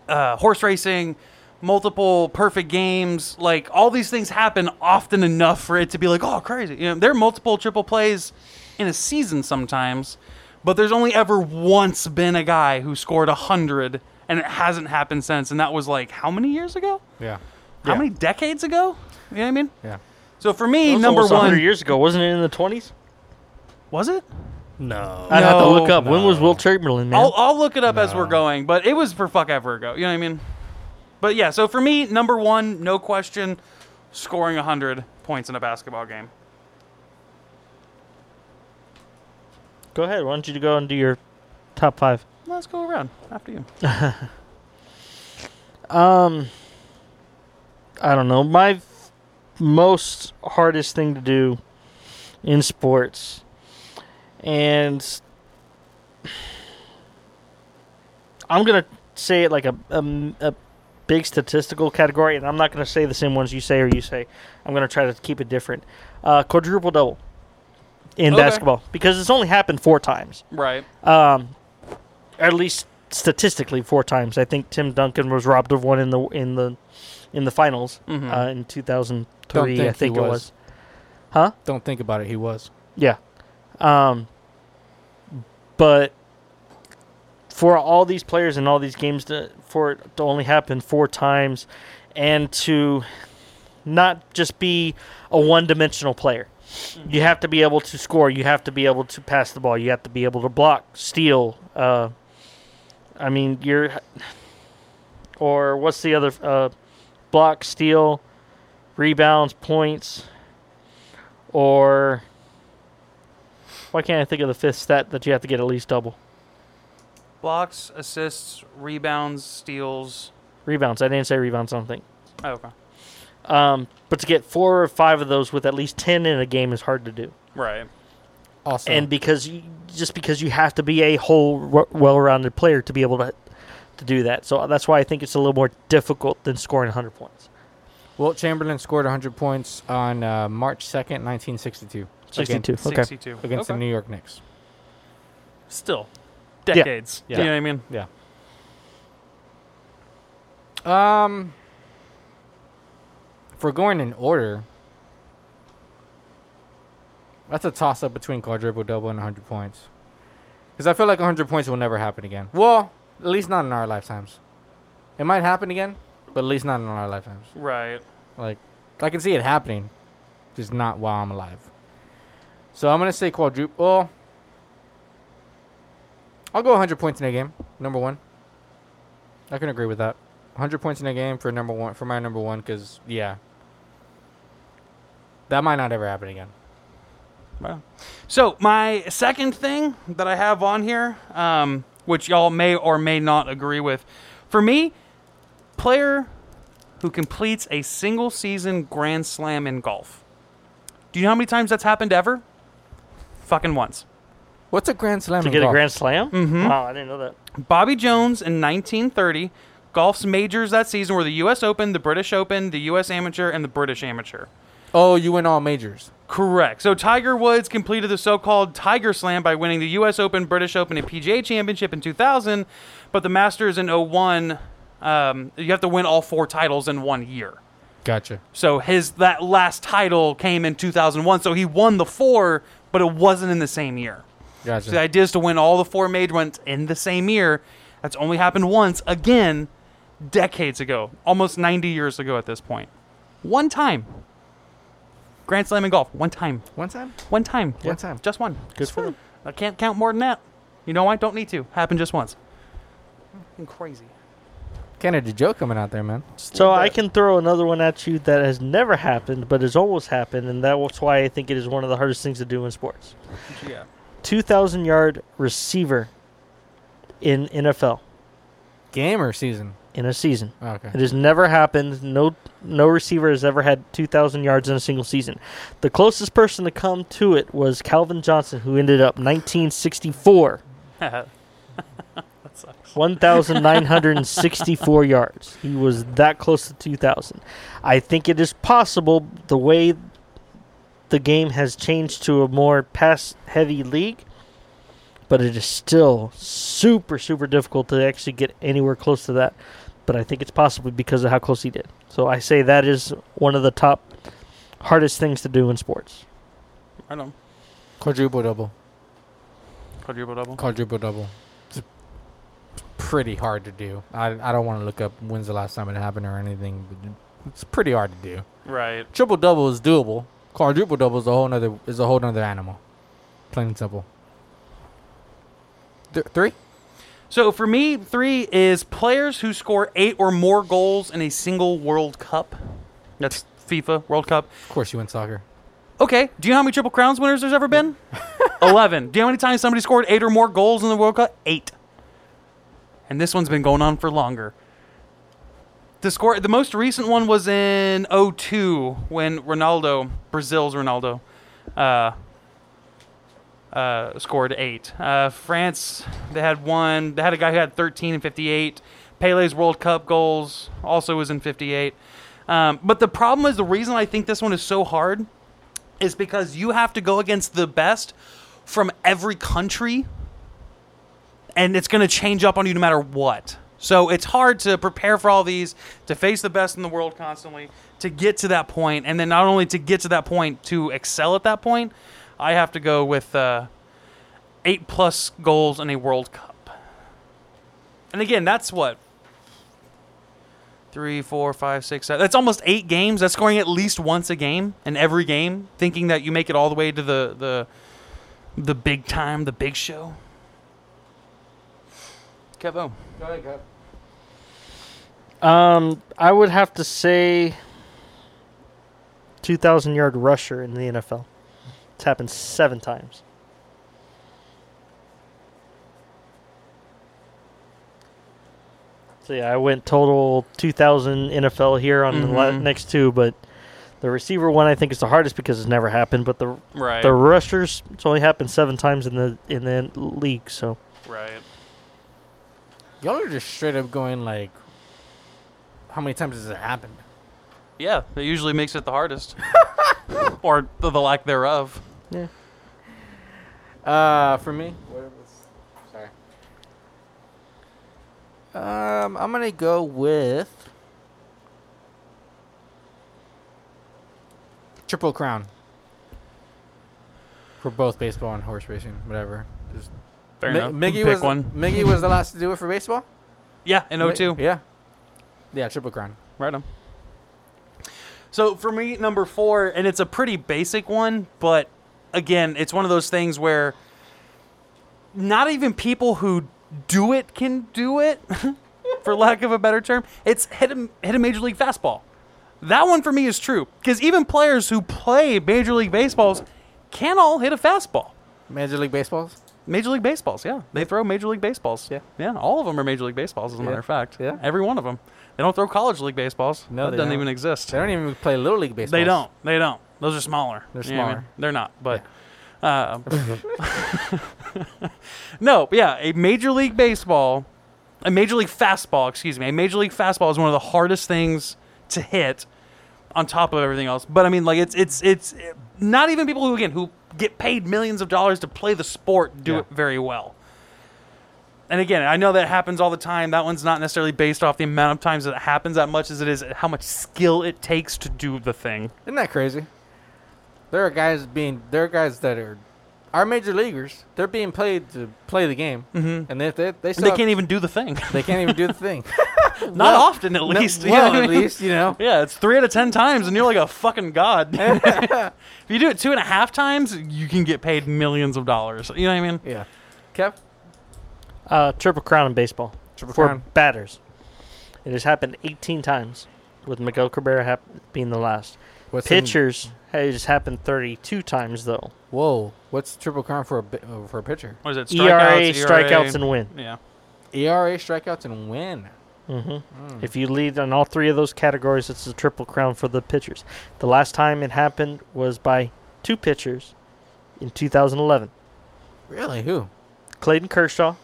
S4: uh, horse racing. Multiple perfect games, like all these things happen often enough for it to be like, oh, crazy. You know, there are multiple triple plays in a season sometimes, but there's only ever once been a guy who scored a hundred, and it hasn't happened since. And that was like how many years ago?
S1: Yeah.
S4: How
S5: Yeah.
S4: many decades ago? You know what I mean?
S1: Yeah.
S4: So for me,
S5: That's
S4: number
S5: almost 100
S4: one
S5: years ago, wasn't it in the 20s?
S4: was it?
S3: No.
S5: I'd have to look
S4: No,
S5: up. When was Will Chamberlain, man?
S4: I'll, I'll look it up as we're going, but it was for fuck ever ago. You know what I mean? But yeah, so for me, number one, no question, scoring 100 points in a basketball game.
S5: go ahead. Why don't you go and do your top five?
S4: Let's go around after you.
S5: Um, I don't know. My f- most hardest thing to do in sports, and I'm gonna say it like a a m- a big statistical category, and I'm not gonna say the same ones you say or you say. I'm gonna try to keep it different. Uh, quadruple double in
S4: Okay.
S5: basketball because it's only happened four times
S4: Right.
S5: um, at least statistically four times. I think Tim Duncan was robbed of one in the in the in the finals
S4: Mhm.
S5: uh, in
S1: Don't
S5: 2003.
S1: think
S5: I think
S1: he
S5: it
S1: was.
S5: was. Huh?
S1: Don't think about it. He was.
S5: Yeah. Um, but for all these players and all these games to for it to only happen four times, and to not just be a one-dimensional player. You have to be able to score. You have to be able to pass the ball. You have to be able to block, steal. Uh, I mean, you're. Or what's the other? Uh, block, steal, rebounds, points, or. Why can't I think of the fifth stat that you have to get at least double?
S4: Blocks, assists, rebounds, steals.
S5: Rebounds. I didn't say rebounds, I don't think.
S4: Oh, okay.
S5: Um, but to get four or five of those with at least 10 in a game is hard to do.
S4: Right.
S1: Awesome.
S5: and because you, just because you have to be a whole w- well-rounded player to be able to to do that. So uh, that's why I think it's a little more difficult than scoring 100 points.
S1: Wilt Chamberlain scored 100 points on uh, March 2nd, 1962.
S5: 62.
S1: Against,
S5: Okay.
S4: 62.
S1: against
S4: Okay.
S1: the New York Knicks.
S4: Still. Decades.
S1: Yeah.
S4: You know what I mean?
S1: Yeah. Um, if we're going in order, that's a toss up between quadruple double and 100 points. Because I feel like 100 points will never happen again. Well, at least not in our lifetimes. It might happen again, but at least not in our lifetimes.
S4: Right.
S1: Like, I can see it happening, just not while I'm alive. So I'm gonna say quadruple. I'll go 100 points in a game. Number one. I can agree with that. 100 points in a game for number one for my number one, because yeah, that might not ever happen again.
S4: Wow. So my second thing that I have on here, um, which y'all may or may not agree with, for me, player who completes a single season grand slam in golf. Do you know how many times that's happened ever? Fucking once.
S1: What's a grand slam?
S5: To
S1: in
S5: get a
S1: golf?
S5: grand slam? Mm-hmm. Wow, I didn't know that.
S4: Bobby Jones in 1930. Golf's majors that season were the U.S. Open, the British Open, the U.S. Amateur, and the British Amateur.
S1: Oh, you win all majors.
S4: Correct. So Tiger Woods completed the so-called Tiger Slam by winning the U.S. Open, British Open, and PGA Championship in 2000, but the Masters in 01, um, you have to win all four titles in one year.
S1: Gotcha.
S4: So his that last title came in 2001. So he won the four, but it wasn't in the same year.
S1: Gotcha.
S4: So the idea is to win all the four major ones in the same year. That's only happened once, again, decades ago, almost 90 years ago at this point. One time. Grand Slam in golf, one time.
S1: one time.
S4: One time.
S1: One time.
S4: Just one.
S1: Good for them.
S4: I can't count more than that. You know I don't need to. Happened just once. Fucking *laughs* crazy.
S1: Canada Joe coming out there, man.
S5: So I can throw another one at you that has never happened, but has almost happened, and that's why I think it is one of the hardest things to do in sports.
S4: Yeah.
S5: 2,000 yard receiver in NFL.
S1: Gamer season. Oh,
S5: in a season.
S1: Okay.
S5: It has never happened. No no receiver has ever had 2,000 yards in a single season. The closest person to come to it was Calvin Johnson, who ended up 1964,
S4: that sucks.
S5: 1,964 yards. He was that close to 2,000. I think it is possible the way the game has changed to a more pass heavy league, but it is still super, super difficult to actually get anywhere close to that. But I think it's possible because of how close he did. So I say that is one of the top hardest things to do in sports.
S4: I know.
S1: Quadruple double.
S4: Quadruple double.
S1: Quadruple double. It's pretty hard to do. I, I don't want to look up when's the last time it happened or anything, but it's pretty hard to do.
S4: Right.
S1: Triple double is doable. Quadruple double is a whole nother is a whole nother animal. Plain and simple. Th- three?
S4: So for me, three is players who score eight or more goals in a single World Cup. That's FIFA World Cup.
S1: Of course you win soccer.
S4: Okay. Do you know how many Triple Crowns winners there's ever been? Eleven. Do you know how many times somebody scored eight or more goals in the World Cup? Eight. And this one's been going on for longer. The score, the most recent one was in 02 when Ronaldo, Brazil's Ronaldo, uh, uh, scored eight. Uh, France, they had one. They had a guy who had 13 and 58. Pele's World Cup goals also was in 58. Um, but the problem is the reason I think this one is so hard is because you have to go against the best from every country, and it's going to change up on you no matter what. So it's hard to prepare for all these, to face the best in the world constantly, to get to that point, and then not only to get to that point, to excel at that point. I have to go with uh, eight plus goals in a World Cup. And again, that's what three, four, five, six, seven. That's almost eight games. That's scoring at least once a game in every game, thinking that you make it all the way to the the the big time, the big show. Kevo.
S5: Um, I would have to say 2,000 yard rusher in the NFL. It's happened seven times. So yeah, I went total 2,000 NFL here on the la-
S4: Mhm.
S5: next two, but the receiver one I think is the hardest because it's never happened. But the
S4: Right.
S5: the rushers it's only happened seven times in the in the league. So
S4: right.
S1: Y'all are just straight up going like how many times has it happened?
S4: Yeah, that usually makes it
S1: *laughs*
S4: the hardest, or the, the lack thereof.
S5: yeah,
S1: Uh, for me. Sorry. Um, I'm gonna go with triple crown for both baseball and horse racing, whatever. Just
S4: Fair
S1: Mi-
S4: enough.
S1: Miggy
S4: Pick
S1: was
S4: one.
S1: Miggy was the last to do it for baseball.
S4: Yeah, in
S1: Mi-
S4: 02.
S1: Yeah. Yeah, triple crown.
S4: Right on. So for me, number four, and it's a pretty basic one, but again, it's one of those things where not even people who do it can do it, *laughs* for lack of a better term. It's hit a, hit a major league fastball. That one for me is true because even players who play major league baseballs can all hit a fastball.
S1: Major League Baseball's.
S4: Major League Baseballs, yeah. They throw Major League Baseballs.
S1: Yeah.
S4: Yeah, all of them are Major League Baseballs, as a matter
S1: Yeah.
S4: of fact.
S1: Yeah.
S4: Every one of them. They don't throw College League Baseballs.
S1: No,
S4: that
S1: they
S4: doesn't
S1: don't.
S4: even exist.
S1: They don't even play Little League Baseball.
S4: They don't. They don't. Those are smaller.
S1: They're
S4: You know what I
S1: smaller.
S4: mean? They're not, but. Uh,
S1: *laughs*
S4: *laughs* no, but yeah, a Major League Baseball, a Major League Fastball, excuse me, a Major League Fastball is one of the hardest things to hit on top of everything else. But I mean, like, it's, it's, it's not even people who, again, who get paid millions of dollars to play the sport do
S1: Yeah.
S4: it very well. And again, I know that happens all the time. That one's not necessarily based off the amount of times that it happens that much as it is how much skill it takes to do the thing.
S1: Isn't that crazy? There are guys being there are guys that are are major leaguers. They're being played to play the game, mm-hmm. and they they they,
S4: And they
S1: still
S4: can't even do the thing.
S1: they can't even do the thing.
S4: *laughs*
S1: *laughs*
S4: Not often, at least. you know
S1: well,
S4: what I *laughs*
S1: at
S4: mean?
S1: least you know. *laughs*
S4: Yeah, it's three out of ten times, and you're like a fucking god. if you do it two and a half times, you can get paid millions of dollars. You know what I mean?
S1: Yeah, Kev.
S5: uh, triple crown in baseball.
S1: Triple
S5: for
S1: Crown.
S5: batters. It has happened 18 times, with Miguel Cabrera hap- being the last.
S1: What's in-
S5: Pitchers it has happened 32 times though.
S1: whoa, what's triple crown for a bi- uh, for a pitcher?
S4: What is it? E
S5: ERA,
S4: Strikeouts,
S5: strikeouts, and win.
S4: yeah.
S1: ERA, strikeouts, and win. Hmm.
S5: If you lead on all three of those categories, it's the triple crown for the pitchers. The last time it happened was by two pitchers in 2011
S1: Really? Who?
S5: Clayton Kershaw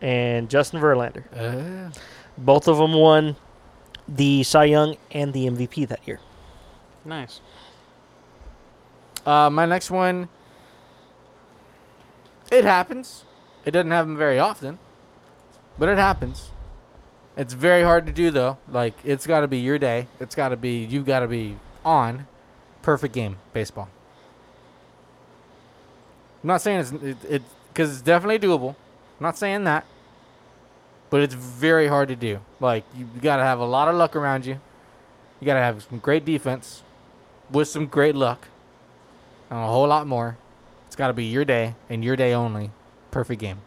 S5: and Justin Verlander.
S1: Uh,
S5: Both of them won the Cy Young and the MVP that year.
S4: Nice.
S1: Uh, my next one. It happens. It doesn't happen very often, but it happens. It's very hard to do though. Like it's got to be your day. It's got to be you. Got to be on. Perfect game baseball. I'm not saying it's it because it, 'cause it's definitely doable. I'm not saying that, but it's very hard to do. Like you got to have a lot of luck around you. You got to have some great defense with some great luck and a whole lot more. It's got to be your day and your day only. Perfect game.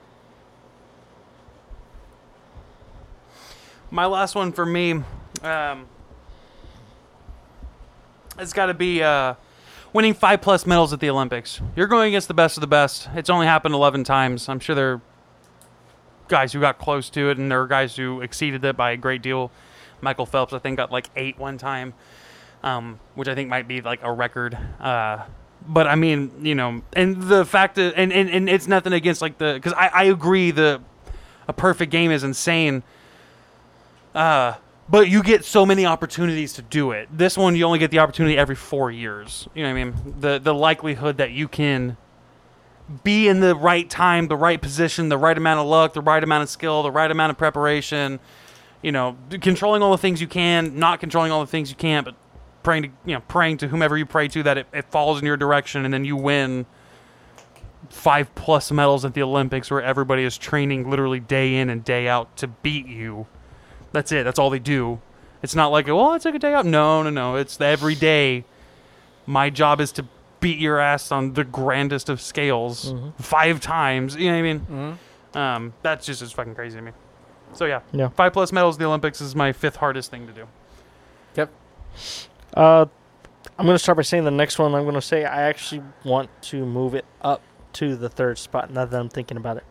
S4: My last one for me, um, it's got to be uh, winning five plus medals at the Olympics. You're going against the best of the best. It's only happened 11 times. I'm sure there are guys who got close to it, and there are guys who exceeded it by a great deal. Michael Phelps, I think, got like eight one time, um, which I think might be like a record. Uh, but I mean, you know, and the fact that, and, and, and it's nothing against like the, because I, I agree the a perfect game is insane. Uh, but you get so many opportunities to do it. This one, you only get the opportunity every four years. You know what I mean? The the likelihood that you can be in the right time, the right position, the right amount of luck, the right amount of skill, the right amount of preparation. You know, d- controlling all the things you can, not controlling all the things you can't, but praying to you know praying to whomever you pray to that it, it falls in your direction, and then you win five plus medals at the Olympics, where everybody is training literally day in and day out to beat you. That's it. That's all they do. It's not like, well, I took a day out. No, no, no. It's the every day. My job is to beat your ass on the grandest of scales
S5: Mm-hmm.
S4: five times. You know what I mean? Um, that's just as fucking crazy to me. So yeah,
S5: Yeah.
S4: Five plus medals at the Olympics is my fifth hardest thing to do.
S1: Yep.
S5: Uh, I'm going to start by saying the next one I'm going to say I actually want to move it up to the third spot now that I'm thinking about it.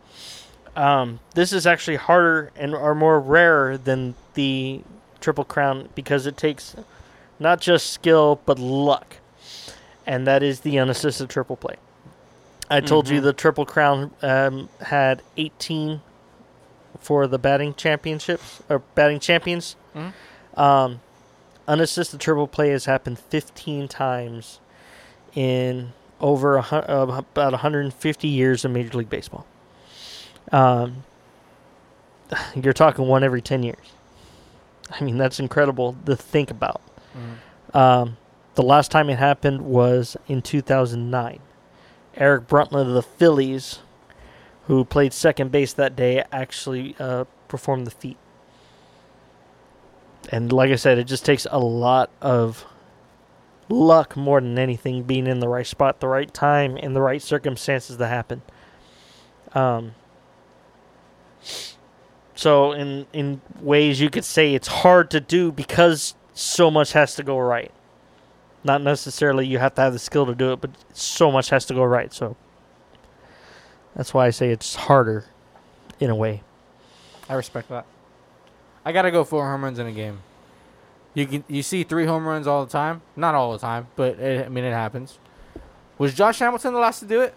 S5: Um, this is actually harder and or more rarer than the Triple Crown because it takes not just skill but luck. And that is the unassisted triple play. I told you the Triple Crown um, had 18 for the batting championships or batting champions. Um, unassisted triple play has happened 15 times in over a, hu- uh, about 150 years of Major League Baseball. Um, *sighs* you're talking one every 10 years. I mean, that's incredible to think about. Um, the last time it happened was in 2009. Eric Bruntlin of the Phillies, who played second base that day, actually uh, performed the feat and like I said, it just takes a lot of luck more than anything, being in the right spot, the right time, and the right circumstances to happen. Um, so in in ways you could say it's hard to do because so much has to go right. Not necessarily you have to have the skill to do it, but so much has to go right. So that's why I say it's harder, in a way.
S1: I respect that. I gotta go four home runs in a game. You can you see three home runs all the time. Not all the time, but it, I mean it happens. Was Josh Hamilton the last to do it?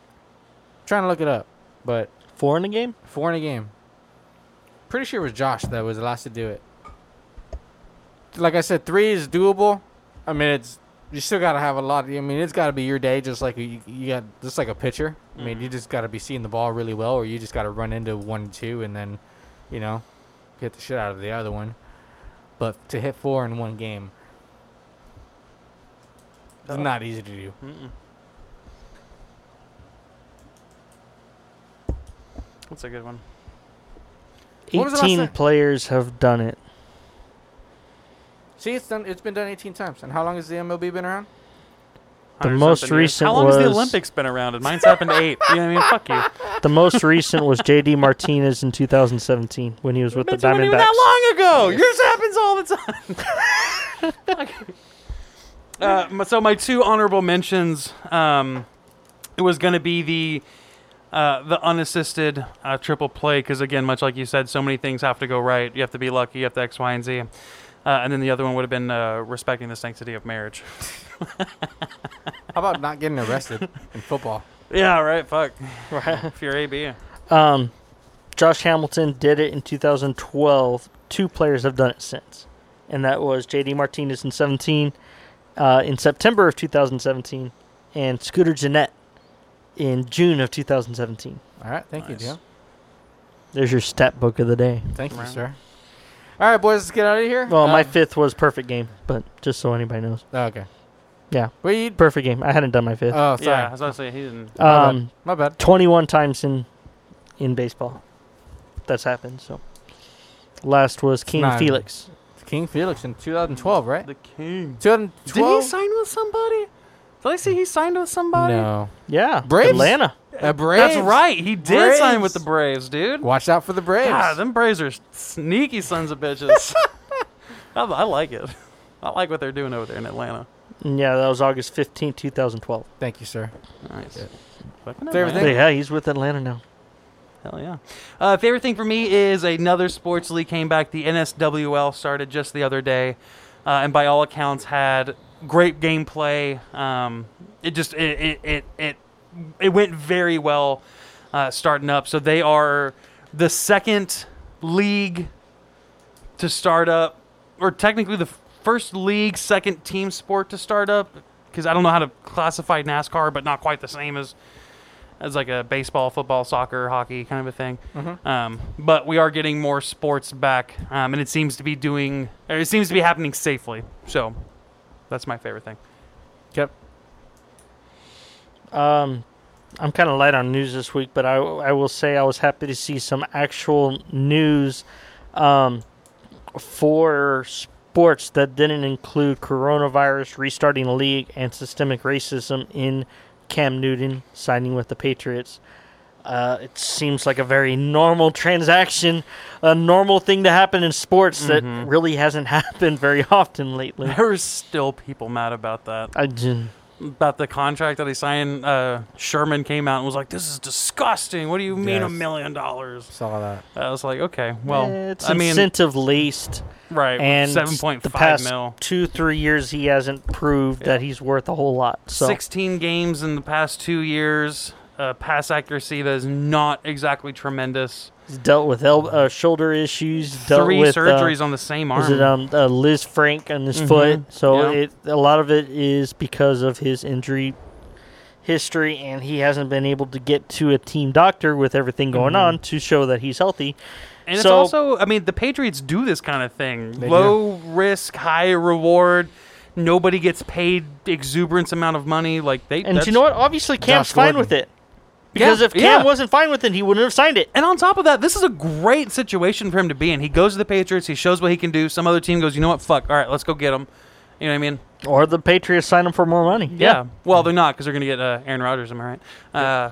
S1: trying to look it up, but
S5: Four in a game.
S1: four in a game. Pretty sure it was Josh that was the last to do it. Like I said, three is doable. I mean, it's you still gotta have a lot. I mean, it's gotta be your day, just like you, you got just like a pitcher. I mean, you just gotta be seeing the ball really well, or you just gotta run into one, and two, and then, you know, hit the shit out of the other one. But to hit four in one game, it's not easy to do.
S4: That's a good one.
S1: What was the last
S5: 18
S1: time?
S5: players have done it.
S1: See, it's done. It's been done 18 times. And how long has the MLB been around?
S5: The
S4: 100
S5: most
S4: something years.
S5: recent
S4: How long has the
S5: was-
S4: Olympics been around? And mine's happened to eight. You know what I mean? Fuck you.
S5: The most recent was J.D. Martinez in 2017 when he was with the
S4: Bitch, it wasn't even
S5: Diamondbacks.
S4: that long ago. Yours happens all the time. *laughs* uh, my- so my two honorable mentions, um, it was going to be the uh, the unassisted uh, triple play because again, much like you said, so many things have to go right. You have to be lucky. You have to X, Y, and Z. Uh, and then the other one would have been uh, respecting the sanctity of marriage.
S1: How about not getting arrested in football?
S4: yeah, right. Fuck.
S5: Right.
S4: If you're AB,
S5: *laughs* Um, Josh Hamilton did it in 2012. Two players have done it since, and that was J.D. Martinez in 17, uh, in September of 2017, and Scooter Jeanette in June of 2017.
S1: All right, thank
S2: Nice.
S1: you, Jim.
S5: There's your stat book of the day.
S1: Thank you,
S4: Right.
S1: sir. All right, boys, let's get out of here.
S5: Well, my
S1: Um,
S5: fifth was perfect game, but just so anybody knows,
S1: oh, okay.
S5: Yeah.
S1: Well, you.
S5: perfect game. I hadn't done my fifth.
S1: Oh, sorry.
S4: yeah. I was about to say he didn't.
S1: my
S5: um,
S1: My bad.
S5: 21 times in in baseball. That's happened. So last was King
S1: Nine.
S5: Felix.
S1: King Felix in 2012, right?
S4: The king. Did
S1: 2012.
S4: he sign with somebody? Did I see he signed with somebody?
S1: No.
S5: Yeah,
S1: Braves?
S5: Atlanta.
S1: Uh, Braves.
S4: That's right. He did sign with the Braves, dude.
S1: Watch out for the Braves.
S4: God, them Braves are sneaky sons of bitches.
S1: *laughs*
S4: I, I like it. I like what they're doing over there in Atlanta.
S5: Yeah, that was August fifteenth, two 2012.
S1: Thank you, sir.
S4: Nice.
S1: Yeah.
S4: Fucking
S1: Favorite
S4: Atlanta.
S1: thing?
S5: yeah, he's with Atlanta now.
S4: Hell yeah. Uh, favorite thing for me is another sports league came back. The NSWL started just the other day, uh, and by all accounts had great gameplay. Um, it just it it it it, it went very well uh, starting up. So they are the second league to start up, or technically the first league, second team sport to start up. Because I don't know how to classify NASCAR, but not quite the same as as like a baseball, football, soccer, hockey kind of a thing.
S5: Mm-hmm.
S4: Um, but we are getting more sports back, um, and it seems to be doing, or it seems to be happening safely. So that's my favorite thing.
S1: Yep.
S5: Um, I'm kind of light on news this week, but I, I will say I was happy to see some actual news um, for sports that didn't include coronavirus, restarting the league, and systemic racism in Cam Newton signing with the Patriots. Uh, it seems like a very normal transaction, a normal thing to happen in sports that really hasn't *laughs* happened very often lately.
S4: There are still people mad about that,
S5: I didn't.
S4: about the contract that he signed. Uh, Sherman came out and was like, "This is disgusting. What do you mean a
S1: Yes.
S4: million dollars?"
S1: Saw that.
S4: I was like, "Okay, well,
S5: Eh, it's
S4: I mean,
S5: incentive laced.
S4: right,
S5: and
S4: seven point
S5: the
S4: five
S5: past
S4: mil."
S5: two three years he hasn't proved that he's worth a whole lot. So
S4: 16 games in the past two years. Uh, pass accuracy that is not exactly tremendous.
S5: he's dealt with el- uh, shoulder issues, dealt
S4: Three
S5: with uh,
S4: surgeries on the same arm.
S5: was it um uh, Liz Frank on his foot? So
S4: Yeah.
S5: it a lot of it is because of his injury history, and he hasn't been able to get to a team doctor with everything going
S4: Mm-hmm.
S5: on to show that he's healthy.
S4: and it's
S5: so-
S4: also, I mean, the Patriots do this kind of thing:
S1: They do.
S4: low risk, high reward. Nobody gets paid exuberance amount of money. Like they
S5: And
S4: that's-
S5: you know what? Obviously, Cam's
S1: Josh
S5: fine
S1: Gordon.
S5: with it because
S4: Yeah,
S5: if Cam
S4: yeah.
S5: wasn't fine with it, he wouldn't have signed it.
S4: And on top of that, this is a great situation for him to be in. He goes to the Patriots. He shows what he can do. Some other team goes, you know what? Fuck. All right, let's go get him. You know what I mean?
S5: Or the Patriots signed him for more money.
S4: Yeah. Well, they're not because they're going to get uh, Aaron Rodgers. Am I right? Uh,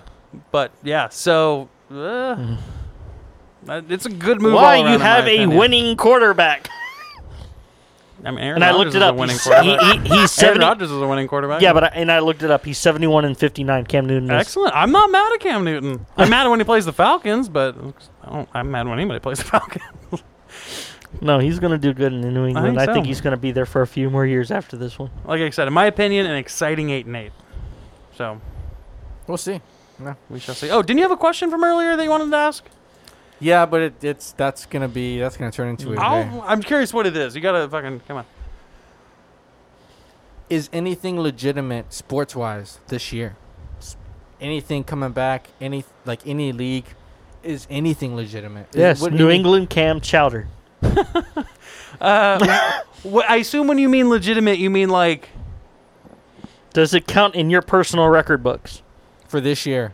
S4: but yeah. So uh, uh, it's a good move.
S5: Mm-hmm. Why
S4: all around,
S5: you
S4: in my
S5: have a
S4: opinion.
S5: winning quarterback?
S4: I mean, Aaron
S5: and I looked
S4: Rodgers
S5: it
S4: is
S5: up.
S4: A winning
S5: He's-
S4: quarterback.
S5: he- he- he's
S4: Aaron
S5: 70.
S4: Rodgers is a winning quarterback.
S5: Yeah, but I, and I looked it up. He's seventy-one and fifty-nine. Cam Newton. Is.
S4: excellent. I'm not mad at Cam Newton. I'm mad when he plays the Falcons, but I don't, I'm mad when anybody plays the Falcons. *laughs*
S5: No, he's going to do good in New England.
S4: think
S5: I think
S4: so.
S5: he's going to be there for a few more years after this one.
S4: like I said, in my opinion, an exciting eight and eight. So
S1: We'll see.
S4: we shall see. Oh, didn't you have a question from earlier that you wanted to ask?
S1: Yeah, but it, it's that's gonna be that's gonna turn into a day.
S4: I'll, I'm curious what it is. You gotta fucking come on.
S1: Is anything legitimate sports wise this year? S- Anything coming back? Any like any league? Is anything legitimate? Is-
S5: Yes,
S1: what do
S5: New
S1: you mean-
S5: England Cam Chowder.
S4: Uh, wh- I assume when you mean legitimate, you mean like
S5: Does it count in your personal record books?
S1: for this year.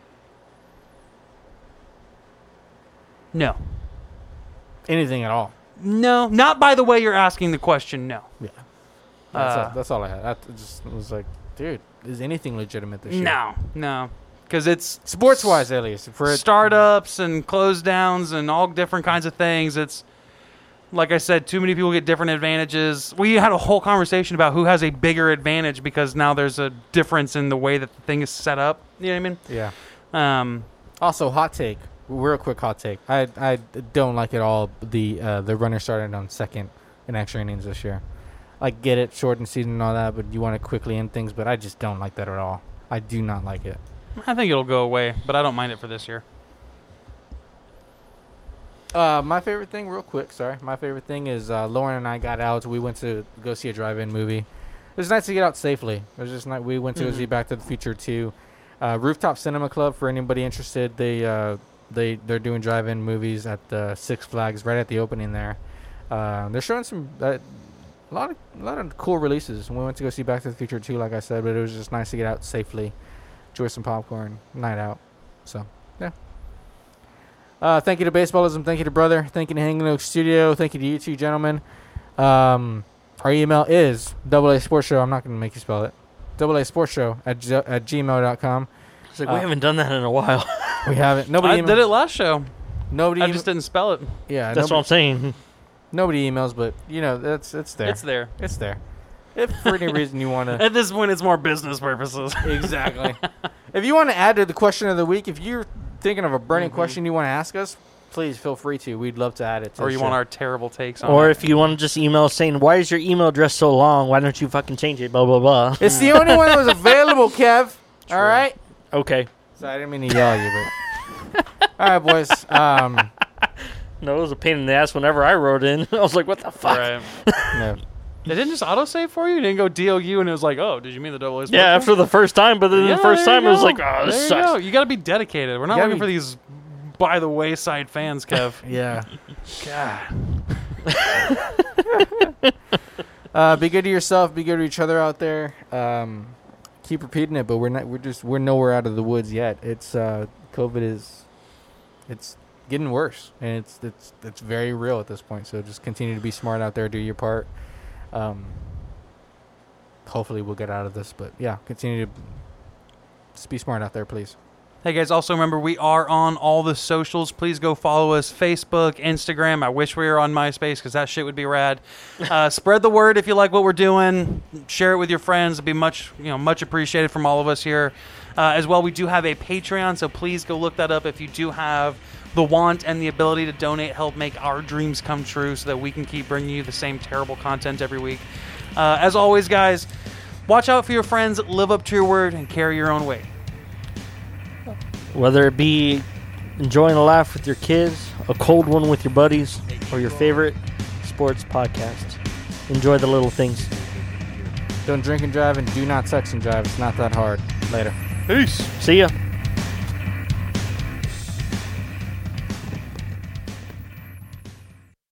S4: no,
S1: Anything at all?
S4: no, not by the way you're asking the question. No,
S1: Yeah. That's,
S4: Uh,
S1: all, that's all I had. I th- just was like, dude, is anything legitimate this year?
S4: no, no, because it's
S1: Sports wise, at least for it,
S4: startups and close downs and all different kinds of things. It's like I said, too many people get different advantages. We had a whole conversation about who has a bigger advantage because now there's a difference in the way that the thing is set up. You know what I mean?
S1: yeah.
S4: Um,
S1: Also, hot take. Real quick hot take. I I don't like at all the uh, the runner started on second in extra innings this year. I get it, shortened season and all that, but you want to quickly end things. But I just don't like that at all. I do not like it.
S4: I think it'll go away, but I don't mind it for this year.
S1: Uh, my favorite thing, real quick, sorry. My favorite thing is uh, Lauren and I got out. We went to go see a drive-in movie. It was nice to get out safely. It was just nice. We went to go see Back to the Future too. Uh, Rooftop Cinema Club for anybody interested. They uh, they they're doing drive-in movies at the Six Flags right at the opening there. Uh, they're showing some uh, a lot of a lot of cool releases. And we went to go see Back to the Future too, like I said. But it was just nice to get out safely, enjoy some popcorn, night out. So yeah. Uh, thank you to Baseballism. Thank you to Brother. Thank you to Hanging Oak Studio. Thank you to you two gentlemen. Um, our email is double A Sports Show. I'm not going to make you spell it. Double A Sports Show at, g- at gmail.com.
S5: It's like
S1: Uh,
S5: we haven't done that in a *laughs* while.
S1: We haven't. Nobody.
S4: I
S1: email-
S4: did it last show.
S1: Nobody.
S4: I
S1: em-
S4: just didn't spell it.
S1: yeah.
S5: That's
S1: nobody,
S5: what I'm
S4: *laughs*
S5: saying.
S1: nobody emails, but you know that's it's there.
S4: It's there.
S1: It's there. If for *laughs* any reason you want to.
S4: At this point, it's more business purposes.
S1: Exactly. if you want to add to the question of the week, if you're thinking of a burning question you want to ask us, Mm-hmm. please feel free to. We'd love to add it. To
S4: or
S1: the
S4: you
S1: show.
S4: want our terrible takes on
S5: *laughs* Or
S4: it.
S5: if you want to just email saying, why is your email address so long? Why don't you fucking change it? Blah,
S4: *laughs*
S5: blah, blah.
S1: It's the only one that was *laughs* available, Kev. All right.
S5: okay.
S1: So I didn't mean to yell at you, *laughs* but. All right, boys. Um,
S5: No, it was a pain in the ass whenever I wrote in. *laughs* I was like, what the fuck?
S4: Right.
S1: no.
S4: It didn't just autosave for you. It didn't go DOU, and it was like, oh, did you mean the double A?
S5: Yeah, after the first time, but then
S4: Yeah,
S5: the first
S4: there
S5: time
S4: you
S5: it was
S4: go.
S5: like, oh, this
S4: there you go.
S5: sucks.
S4: You got to be dedicated. We're not
S1: You gotta
S4: looking
S1: be-
S4: for these by the wayside fans, Kev.
S1: *laughs* Yeah.
S4: God.
S1: Uh, be good to yourself. Be good to each other out there. Um, keep repeating it, but we're not. We're just. We're nowhere out of the woods yet. It's uh, COVID is. It's getting worse, and it's it's it's very real at this point. So just continue to be smart out there. Do your part. Um, hopefully, we'll get out of this. But yeah, continue to just be smart out there, please.
S4: Hey guys, also remember we are on all the socials. Please go follow us Facebook, Instagram. I wish we were on MySpace because that shit would be rad. Uh, spread the word if you like what we're doing. Share it with your friends. It'd be much, you know, much appreciated from all of us here. Uh, as well, we do have a Patreon, so please go look that up if you do have the want and the ability to donate, help make our dreams come true so that we can keep bringing you the same terrible content every week. Uh, as always, guys, watch out for your friends, live up to your word, and carry your own weight.
S5: Whether it be enjoying a laugh with your kids, a cold one with your buddies, or your favorite sports podcast, enjoy the little things.
S1: Don't drink and drive, and do not sex and drive. It's not that hard. Later.
S5: See ya.